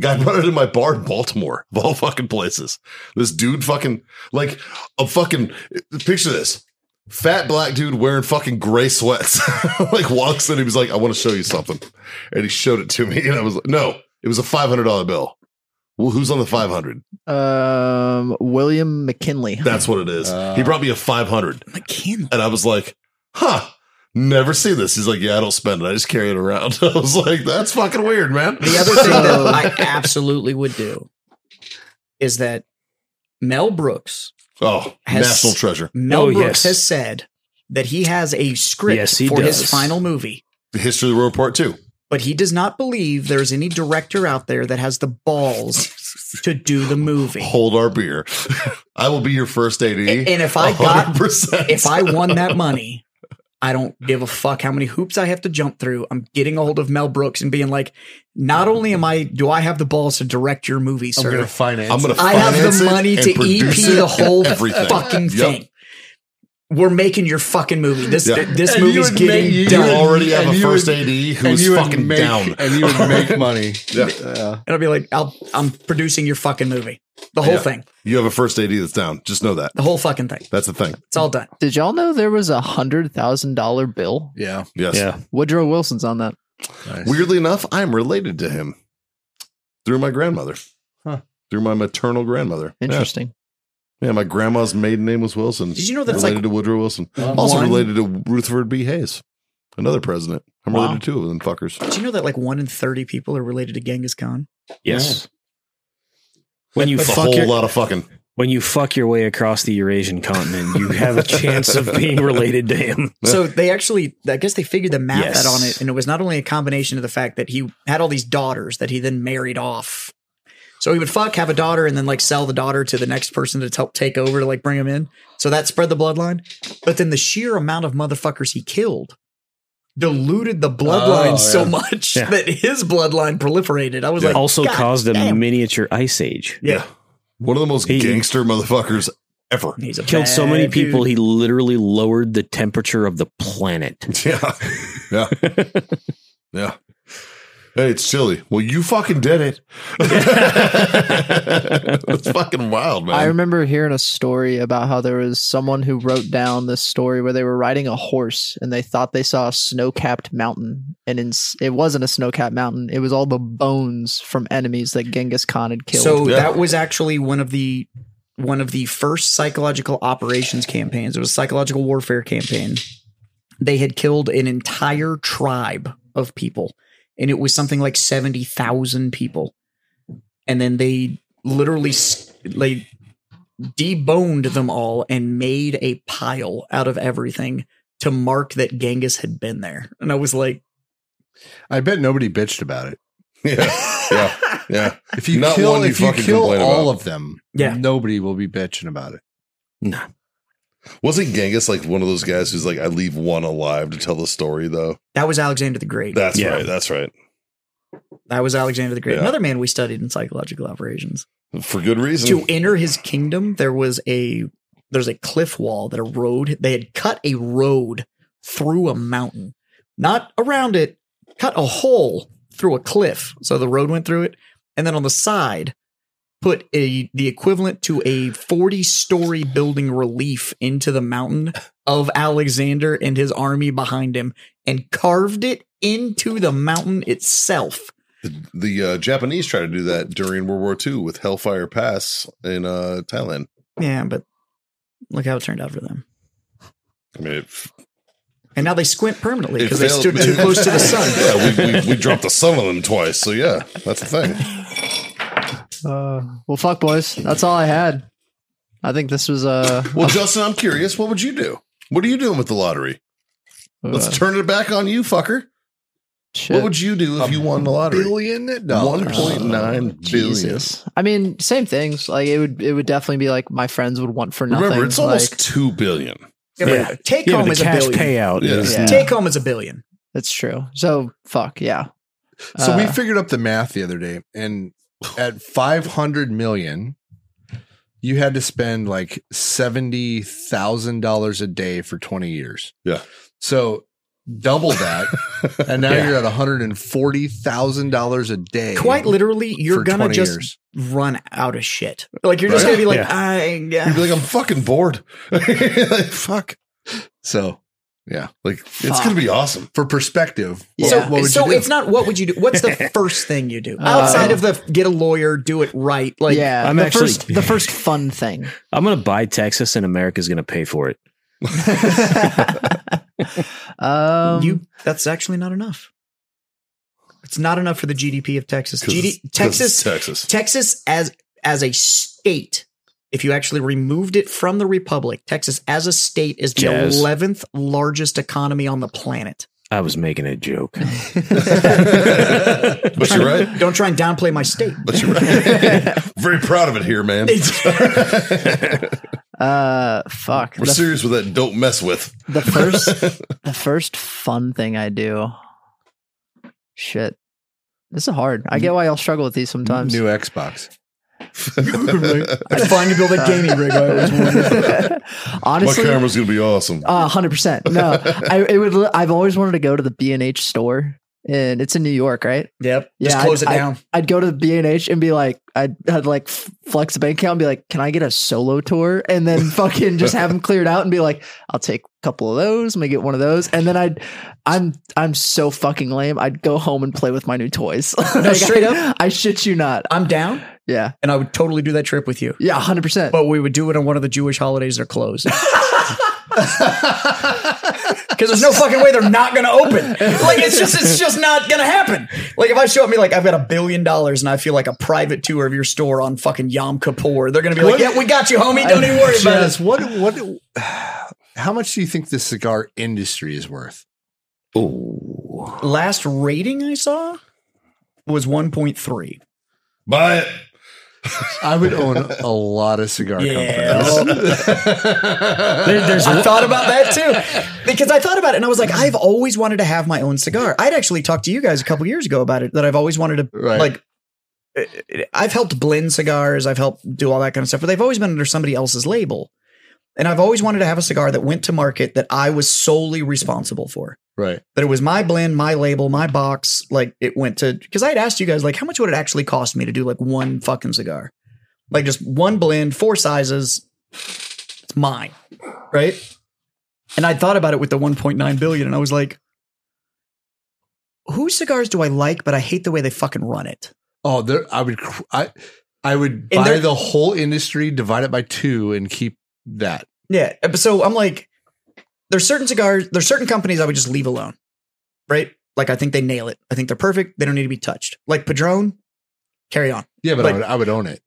[SPEAKER 1] Guy brought it in my bar in Baltimore, of all fucking places. This dude fucking like a fucking picture this fat black dude wearing fucking gray sweats. like walks in, he was like, "I want to show you something," and he showed it to me, and I was like, "No, it was a five hundred dollar bill." Well, who's on the five hundred?
[SPEAKER 6] Um, William McKinley.
[SPEAKER 1] That's what it is.
[SPEAKER 6] Uh.
[SPEAKER 1] he brought me a five hundred.
[SPEAKER 5] McKinley.
[SPEAKER 1] And I was like, huh, never seen this. He's like, yeah, I don't spend it. I just carry it around. I was like, that's fucking weird, man.
[SPEAKER 5] The other thing that I absolutely would do is that Mel Brooks.
[SPEAKER 1] oh,
[SPEAKER 5] Has-
[SPEAKER 1] national treasure.
[SPEAKER 5] Mel
[SPEAKER 4] Oh, yes.
[SPEAKER 5] Brooks has said that he has a script
[SPEAKER 4] Yes, he
[SPEAKER 5] for his
[SPEAKER 4] does.
[SPEAKER 5] final movie,
[SPEAKER 1] The history of the world part two.
[SPEAKER 5] but he does not believe there's any director out there that has the balls to do the movie.
[SPEAKER 1] Hold our beer. I will be your first AD.
[SPEAKER 5] A- and if I got
[SPEAKER 1] 100%.
[SPEAKER 5] if I won that money, I don't give a fuck how many hoops I have to jump through. I'm getting a hold of Mel Brooks and being like, not only am I do I have the balls to direct your movie,
[SPEAKER 3] I'm gonna
[SPEAKER 5] sir,
[SPEAKER 3] finance.
[SPEAKER 1] I'm gonna.
[SPEAKER 5] I have
[SPEAKER 1] finance
[SPEAKER 5] the
[SPEAKER 1] it
[SPEAKER 5] money
[SPEAKER 1] and
[SPEAKER 5] to EP
[SPEAKER 1] produce it
[SPEAKER 5] the
[SPEAKER 1] and
[SPEAKER 5] whole
[SPEAKER 1] everything.
[SPEAKER 5] fucking
[SPEAKER 1] Yep.
[SPEAKER 5] thing. We're making your fucking movie. This
[SPEAKER 1] Yeah.
[SPEAKER 5] this
[SPEAKER 3] And you
[SPEAKER 5] movie's
[SPEAKER 3] would
[SPEAKER 5] getting
[SPEAKER 3] make- you
[SPEAKER 5] done.
[SPEAKER 1] You already have
[SPEAKER 3] And
[SPEAKER 1] a
[SPEAKER 3] you
[SPEAKER 1] first
[SPEAKER 3] would-
[SPEAKER 1] AD who's
[SPEAKER 3] would
[SPEAKER 1] fucking
[SPEAKER 3] make,
[SPEAKER 1] down.
[SPEAKER 3] and you would make money.
[SPEAKER 1] Yeah.
[SPEAKER 5] and I'll be like, I'll, I'm producing your fucking movie. The whole
[SPEAKER 1] Yeah.
[SPEAKER 5] thing.
[SPEAKER 1] You have a first AD that's down. Just know that.
[SPEAKER 5] The whole fucking thing.
[SPEAKER 1] That's the thing.
[SPEAKER 5] It's all done.
[SPEAKER 6] Did y'all know there was a hundred thousand dollar bill?
[SPEAKER 3] Yeah.
[SPEAKER 1] Yes.
[SPEAKER 4] Yeah.
[SPEAKER 6] Woodrow Wilson's on that.
[SPEAKER 3] Nice.
[SPEAKER 1] Weirdly enough, I'm related to him through my grandmother,
[SPEAKER 3] Huh.
[SPEAKER 1] through my maternal grandmother. Yeah.
[SPEAKER 6] Interesting.
[SPEAKER 1] yeah, my grandma's maiden name was Wilson.
[SPEAKER 5] Did you know that's
[SPEAKER 1] related
[SPEAKER 5] like
[SPEAKER 1] to Woodrow Wilson?
[SPEAKER 5] one-
[SPEAKER 1] Also related to Rutherford B. Hayes, another president. I'm
[SPEAKER 5] Wow.
[SPEAKER 1] related to two of them fuckers.
[SPEAKER 5] Do you know that like one in thirty people are related to Genghis Khan?
[SPEAKER 4] Yes. When you
[SPEAKER 1] That's a
[SPEAKER 4] fuck
[SPEAKER 1] whole
[SPEAKER 4] your,
[SPEAKER 1] lot of fucking.
[SPEAKER 4] when you fuck your way across the Eurasian continent, you have a chance of being related to him.
[SPEAKER 5] So they actually, I guess they figured the math
[SPEAKER 4] Yes.
[SPEAKER 5] out on it, and it was not only a combination of the fact that he had all these daughters that he then married off. So he would fuck, have a daughter, and then like sell the daughter to the next person to help take over to like bring him in. So that spread the bloodline. But then the sheer amount of motherfuckers he killed diluted the bloodline
[SPEAKER 3] yeah.
[SPEAKER 5] so much
[SPEAKER 4] Oh, Yeah.
[SPEAKER 5] that his bloodline proliferated. I was like,
[SPEAKER 4] also
[SPEAKER 5] "God
[SPEAKER 4] caused a
[SPEAKER 5] damn."
[SPEAKER 4] miniature ice age.
[SPEAKER 5] yeah.
[SPEAKER 1] One of the most
[SPEAKER 4] He-
[SPEAKER 1] gangster motherfuckers ever.
[SPEAKER 5] He's a
[SPEAKER 4] Killed so many
[SPEAKER 5] bad
[SPEAKER 4] people,
[SPEAKER 5] dude.
[SPEAKER 4] he literally lowered the temperature of the planet.
[SPEAKER 1] Yeah. Yeah. yeah.
[SPEAKER 7] Hey, it's chilly. Well, you fucking did it. It's fucking wild, man.
[SPEAKER 6] I remember hearing a story about how there was someone who wrote down this story where they were riding a horse and they thought they saw a snow-capped mountain, and in, it wasn't a snow-capped mountain. It was all the bones from enemies that Genghis Khan had killed.
[SPEAKER 5] So
[SPEAKER 7] Yeah.
[SPEAKER 5] that was actually one of the one of the first psychological operations campaigns. It was a psychological warfare campaign. They had killed an entire tribe of people, and it was something like seventy thousand people. And then they literally s- they deboned them all and made a pile out of everything to mark that Genghis had been there. And I was like,
[SPEAKER 3] I bet nobody bitched about it.
[SPEAKER 7] yeah, yeah, yeah.
[SPEAKER 3] If you
[SPEAKER 7] Not
[SPEAKER 3] kill,
[SPEAKER 7] one you
[SPEAKER 3] if you
[SPEAKER 7] fucking
[SPEAKER 3] kill
[SPEAKER 7] complain
[SPEAKER 3] all
[SPEAKER 7] about.
[SPEAKER 3] of them,
[SPEAKER 5] Yeah.
[SPEAKER 3] nobody will be bitching about it.
[SPEAKER 1] Wasn't Genghis like one of those guys who's like, I leave one alive to tell the story though?
[SPEAKER 5] "That was Alexander the Great."
[SPEAKER 1] That's
[SPEAKER 4] Yeah.
[SPEAKER 1] right. That's right.
[SPEAKER 5] That was Alexander the Great.
[SPEAKER 1] Yeah.
[SPEAKER 5] Another man we studied in psychological operations.
[SPEAKER 1] For good reason.
[SPEAKER 5] To enter his kingdom, there was a there's a cliff wall that a road they had cut a road through a mountain, not around it, cut a hole through a cliff. So the road went through it, and then on the side put a the equivalent to a 40 story building relief into the mountain of Alexander and his army behind him and carved it into the mountain itself.
[SPEAKER 1] The, the, uh, Japanese tried to do that during World War II with Hellfire Pass in uh, Thailand.
[SPEAKER 5] Yeah, but look how it turned out for them.
[SPEAKER 1] I mean, it,
[SPEAKER 5] And now they squint permanently
[SPEAKER 1] it
[SPEAKER 5] because they
[SPEAKER 1] failed.
[SPEAKER 5] stood too close to the sun.
[SPEAKER 1] yeah, we, we, we dropped the sun on them twice. So yeah, that's the thing.
[SPEAKER 6] Uh, well, fuck, boys. That's all I had. I think this was uh,
[SPEAKER 7] Well, Justin, I'm curious. What would you do? What are you doing with the lottery? Let's
[SPEAKER 6] uh,
[SPEAKER 7] turn it back on you, fucker.
[SPEAKER 6] shit.
[SPEAKER 7] What would you do if you won the lottery?
[SPEAKER 3] Billion
[SPEAKER 7] One
[SPEAKER 3] dollars.
[SPEAKER 7] point
[SPEAKER 1] Oh,
[SPEAKER 7] nine billion.
[SPEAKER 6] Jesus. I mean, same things. Like it would, it would definitely be like my friends would want for nothing.
[SPEAKER 1] Remember, it's almost
[SPEAKER 6] Like,
[SPEAKER 1] two billion.
[SPEAKER 4] Yeah.
[SPEAKER 5] But Take
[SPEAKER 4] Yeah,
[SPEAKER 5] home
[SPEAKER 4] but
[SPEAKER 5] is
[SPEAKER 4] the
[SPEAKER 5] a
[SPEAKER 4] cash
[SPEAKER 5] billion.
[SPEAKER 4] payout
[SPEAKER 1] Oh, Yeah.
[SPEAKER 4] is
[SPEAKER 6] Yeah.
[SPEAKER 5] Take home is a billion.
[SPEAKER 6] it's true. So fuck yeah.
[SPEAKER 3] So we
[SPEAKER 6] Uh,
[SPEAKER 3] figured up the math the other day, and at five hundred million, you had to spend like seventy thousand dollars a day for twenty years.
[SPEAKER 1] Yeah.
[SPEAKER 3] So double that, and now
[SPEAKER 4] Yeah.
[SPEAKER 3] you're at one hundred and forty thousand dollars a day.
[SPEAKER 5] Quite literally, you're
[SPEAKER 3] for
[SPEAKER 5] gonna
[SPEAKER 3] 20
[SPEAKER 5] just
[SPEAKER 3] years.
[SPEAKER 5] run out of shit. Like you're just gonna be like,
[SPEAKER 4] Yeah.
[SPEAKER 5] I
[SPEAKER 1] You'd be
[SPEAKER 5] yeah.
[SPEAKER 1] like, I'm fucking bored. Like, fuck.
[SPEAKER 3] So
[SPEAKER 1] Like it's gonna be awesome.
[SPEAKER 3] for perspective,
[SPEAKER 6] Yeah.
[SPEAKER 5] So,
[SPEAKER 3] what, what would
[SPEAKER 5] so
[SPEAKER 3] you do?
[SPEAKER 5] it's not what would you do? What's the first thing you do
[SPEAKER 6] Uh,
[SPEAKER 5] outside of the get a lawyer, do it right? Like,
[SPEAKER 6] yeah,
[SPEAKER 4] I'm
[SPEAKER 6] the
[SPEAKER 4] actually-
[SPEAKER 6] first, the first fun thing.
[SPEAKER 4] I'm gonna buy Texas and America's gonna pay for it.
[SPEAKER 6] um,
[SPEAKER 5] you that's actually not enough. It's not enough for the GDP of Texas.
[SPEAKER 1] 'Cause
[SPEAKER 5] GD,
[SPEAKER 1] it's- 'cause
[SPEAKER 5] Texas
[SPEAKER 1] it's Texas.
[SPEAKER 5] Texas as as a state, if you actually removed it from the republic, Texas as a state is the
[SPEAKER 4] Jazz.
[SPEAKER 5] eleventh largest economy on the planet.
[SPEAKER 4] I was making a joke.
[SPEAKER 1] But you're right.
[SPEAKER 5] Don't try and downplay my state.
[SPEAKER 1] But you're right. Very proud of it here, man.
[SPEAKER 6] uh, fuck.
[SPEAKER 1] We're
[SPEAKER 6] The-
[SPEAKER 1] serious with that. Don't mess with.
[SPEAKER 6] the first the first fun thing I do. Shit. This is hard. I get why y'all struggle with these sometimes.
[SPEAKER 3] new Xbox.
[SPEAKER 5] I finally built a gaming rig. I always wanted.
[SPEAKER 6] Honestly, uh,
[SPEAKER 1] My camera's gonna be awesome.
[SPEAKER 6] hundred percent. No, I it would. li- I've always wanted to go to the B and H store, and it's in New York, right?
[SPEAKER 5] Yep. Just
[SPEAKER 6] Yeah,
[SPEAKER 5] close
[SPEAKER 6] I-
[SPEAKER 5] it down.
[SPEAKER 6] I'd go to the B and H and be like, I'd, I'd like f- flex a bank account and be like, can I get a solo tour? And then fucking just have them cleared out and be like, I'll take a couple of those. I'm gonna get one of those. And then I'd, I'm, I'm so fucking lame. I'd go home and play with my new toys. Like,
[SPEAKER 5] straight
[SPEAKER 6] I,
[SPEAKER 5] up.
[SPEAKER 6] I shit you not.
[SPEAKER 5] I, am down,
[SPEAKER 6] Yeah.
[SPEAKER 5] and I would totally do that trip with you.
[SPEAKER 6] Yeah. hundred percent.
[SPEAKER 5] But we would do it on one of the Jewish holidays that are closed. Because there's no fucking way they're not gonna open. Like it's just it's just not gonna happen. Like if I show up me like I've got a billion dollars and I feel like a private tour of your store on fucking Yom Kippur, they're gonna be like, Yeah, we got you, homie. Don't even worry about
[SPEAKER 3] Jazz,
[SPEAKER 5] it.
[SPEAKER 3] what what? How much do you think the cigar industry is worth?
[SPEAKER 5] Last rating I saw was 1.3.
[SPEAKER 1] Buy it.
[SPEAKER 3] I would own a lot of cigar companies.
[SPEAKER 4] There- there's
[SPEAKER 5] Oh. I thought about that too because I thought about it and I was like, I've always wanted to have my own cigar. I'd actually talked to you guys a couple years ago about it that I've always wanted to
[SPEAKER 3] Right.
[SPEAKER 5] like. uh, I've helped blend cigars. I've helped do all that kind of stuff, but they've always been under somebody else's label. And I've always wanted to have a cigar that went to market that I was solely responsible for.
[SPEAKER 3] Right.
[SPEAKER 5] That it was my blend, my label, my box. Like it went to because I had asked you guys like how much would it actually cost me to do like one fucking cigar, like just one blend, four sizes. It's mine, right? And I thought about it with the 1.9 billion, and I was like, whose cigars do I like, but I hate the way they fucking run it.
[SPEAKER 3] Oh, there. I would. cr- I. I would
[SPEAKER 5] And
[SPEAKER 3] buy
[SPEAKER 5] there-
[SPEAKER 3] the whole industry, divide it by two, and keep that.
[SPEAKER 5] Yeah. but So I'm like, there's certain cigars, there's certain companies I would just leave alone, right? Like I think they nail it. I think they're perfect. They don't need to be touched. Like Padron, carry on.
[SPEAKER 3] Yeah, but
[SPEAKER 5] Like-
[SPEAKER 3] I, would, I would own it.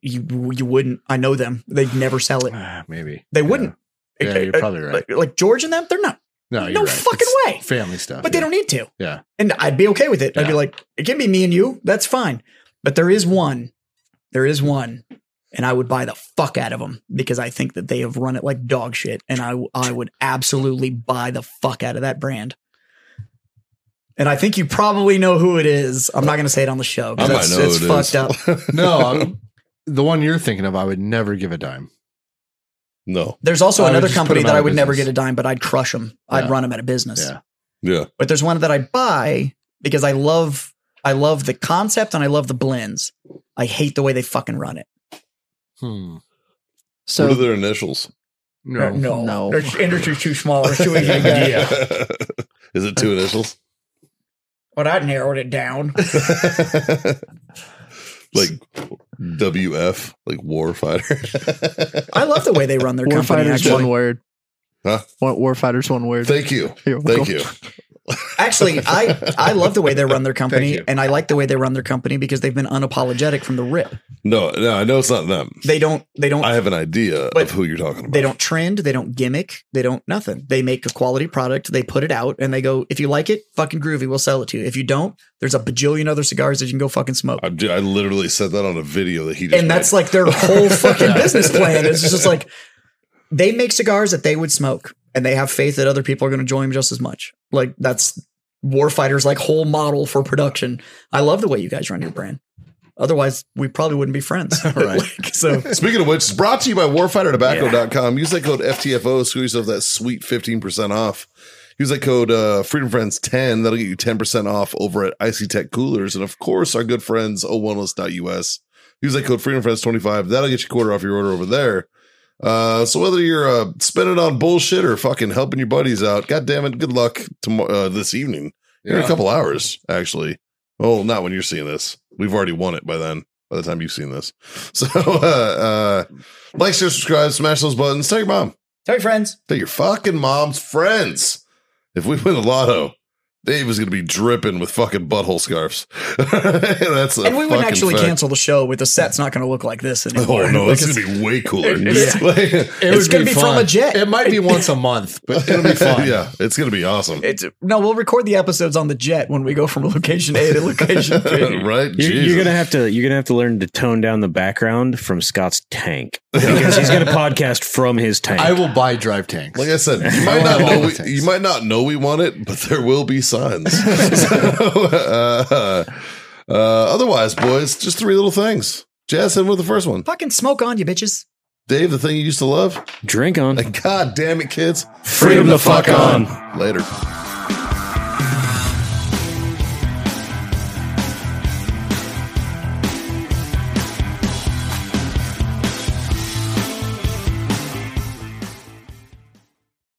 [SPEAKER 5] You you wouldn't. I know them. They'd never sell it.
[SPEAKER 3] Ah, Maybe
[SPEAKER 5] They wouldn't.
[SPEAKER 3] Yeah, you're
[SPEAKER 5] Uh, uh,
[SPEAKER 3] probably right.
[SPEAKER 5] Like, like George and them, they're not.
[SPEAKER 3] no, you're
[SPEAKER 5] no
[SPEAKER 3] right.
[SPEAKER 5] fucking
[SPEAKER 3] It's
[SPEAKER 5] way.
[SPEAKER 3] Family stuff.
[SPEAKER 5] But they
[SPEAKER 3] yeah.
[SPEAKER 5] don't need to.
[SPEAKER 3] Yeah.
[SPEAKER 5] And I'd be okay with it. I'd be
[SPEAKER 3] Yeah.
[SPEAKER 5] like, it can be me and you. That's fine. But there is one. There is one. And I would buy the fuck out of them because I think that they have run it like dog shit. And I, I would absolutely buy the fuck out of that brand. And I think you probably know who it is. I'm not going to say it on the show
[SPEAKER 1] I
[SPEAKER 5] because
[SPEAKER 1] might
[SPEAKER 5] it's,
[SPEAKER 1] know
[SPEAKER 5] it's
[SPEAKER 1] who it
[SPEAKER 5] fucked
[SPEAKER 1] is.
[SPEAKER 5] up.
[SPEAKER 3] No, I'm- the one you're thinking of, I would never give a dime.
[SPEAKER 1] No.
[SPEAKER 5] There's also
[SPEAKER 3] I would
[SPEAKER 5] another
[SPEAKER 3] Oh, just put
[SPEAKER 5] company
[SPEAKER 3] 'em
[SPEAKER 5] that
[SPEAKER 3] out
[SPEAKER 5] I
[SPEAKER 3] of
[SPEAKER 5] would never
[SPEAKER 3] business.
[SPEAKER 5] get a dime, but I'd crush them. I'd
[SPEAKER 3] Yeah.
[SPEAKER 5] run them out of business.
[SPEAKER 3] Yeah.
[SPEAKER 1] Yeah.
[SPEAKER 5] but there's one that I buy because I love I love the concept and I love the blends. I hate the way they fucking run it.
[SPEAKER 3] Hmm.
[SPEAKER 1] what are
[SPEAKER 6] So
[SPEAKER 1] their initials?
[SPEAKER 3] No.
[SPEAKER 6] No.
[SPEAKER 5] their industry's too small. There's too easy to get.
[SPEAKER 1] yeah. Is it two initials?
[SPEAKER 5] But I narrowed it down.
[SPEAKER 1] like WF, like warfighter.
[SPEAKER 5] I love the way they run their company.
[SPEAKER 6] warfighters
[SPEAKER 5] Actually,
[SPEAKER 6] one word.
[SPEAKER 1] Huh?
[SPEAKER 6] Wa- Warfighters one word.
[SPEAKER 1] Thank you.
[SPEAKER 6] You're
[SPEAKER 1] Thank
[SPEAKER 6] welcome.
[SPEAKER 1] you.
[SPEAKER 5] actually, I I love the way they run their company,
[SPEAKER 3] you.
[SPEAKER 5] and I like the way they run their company because they've been unapologetic from the rip.
[SPEAKER 1] No, no, I know it's not them.
[SPEAKER 5] They don't. They don't.
[SPEAKER 1] I have an idea
[SPEAKER 5] But
[SPEAKER 1] of who you're talking about.
[SPEAKER 5] they don't trend. They don't gimmick. They don't nothing. They make a quality product. They put it out, and they go, if you like it, fucking groovy. We'll sell it to you. If you don't, there's a bajillion other cigars that you can go fucking smoke.
[SPEAKER 1] I, do- I literally said that on a video that he just
[SPEAKER 5] and
[SPEAKER 1] made.
[SPEAKER 5] that's like their whole fucking business plan. It's just like they make cigars that they would smoke, and they have faith that other people are going to join them just as much. Like that's warfighters' like whole model for production. I love the way you guys run your brand. Otherwise, we probably wouldn't be friends.
[SPEAKER 3] Right.
[SPEAKER 5] Like, so
[SPEAKER 1] Speaking of which, it's brought to you by warfightertobacco.com. Use that code FTFO, screw yourself that sweet 15% off. Use that code uh, Freedom Friends 10. That'll get you 10% off over at Icy Tech Coolers. And of course, our good friends, O1list.us. Use that code Freedom Friends 25. That'll get you a quarter off your order over there. Uh, so whether you're uh, spending on bullshit or fucking helping your buddies out, god damn it, good luck tomorrow uh, this evening. In a
[SPEAKER 3] Yeah.
[SPEAKER 1] couple hours, actually. Oh, not when you're seeing this. We've already won it by then. By the time you've seen this, so uh, uh, like, share, subscribe, smash those buttons. Tell your mom,
[SPEAKER 5] tell your friends.
[SPEAKER 1] tell your fucking mom's friends. If we win the lotto, Dave is gonna be dripping with fucking butthole scarves. That's a
[SPEAKER 5] and we would
[SPEAKER 1] fucking
[SPEAKER 5] actually
[SPEAKER 1] fact.
[SPEAKER 5] cancel the show with the set's not going to look like this anymore.
[SPEAKER 1] Oh no, it's
[SPEAKER 5] Because
[SPEAKER 1] gonna be way cooler.
[SPEAKER 5] It's-
[SPEAKER 3] It
[SPEAKER 5] It's
[SPEAKER 3] would
[SPEAKER 5] gonna be from
[SPEAKER 3] fun.
[SPEAKER 5] a jet.
[SPEAKER 3] It might be once a month, but it'll be fun.
[SPEAKER 1] yeah, it's gonna be awesome,
[SPEAKER 5] it's- no, we'll record the episodes on the jet when we go from location A to location B.
[SPEAKER 1] right?
[SPEAKER 4] You're,
[SPEAKER 1] Jesus.
[SPEAKER 4] you're gonna have to you're gonna have to learn to tone down the background from Scott's tank because he's gonna podcast from his tank.
[SPEAKER 3] I will buy drive tanks.
[SPEAKER 1] Like I said, you might not know we, you might not know we want it, but there will be signs. so, uh, uh, otherwise, boys, just three little things. Jazz hit him with the first one.
[SPEAKER 5] Fucking smoke on you, bitches.
[SPEAKER 1] Dave, the thing you used to love.
[SPEAKER 4] Drink on.
[SPEAKER 1] And God damn it, kids.
[SPEAKER 4] Freedom the fuck on.
[SPEAKER 1] Later.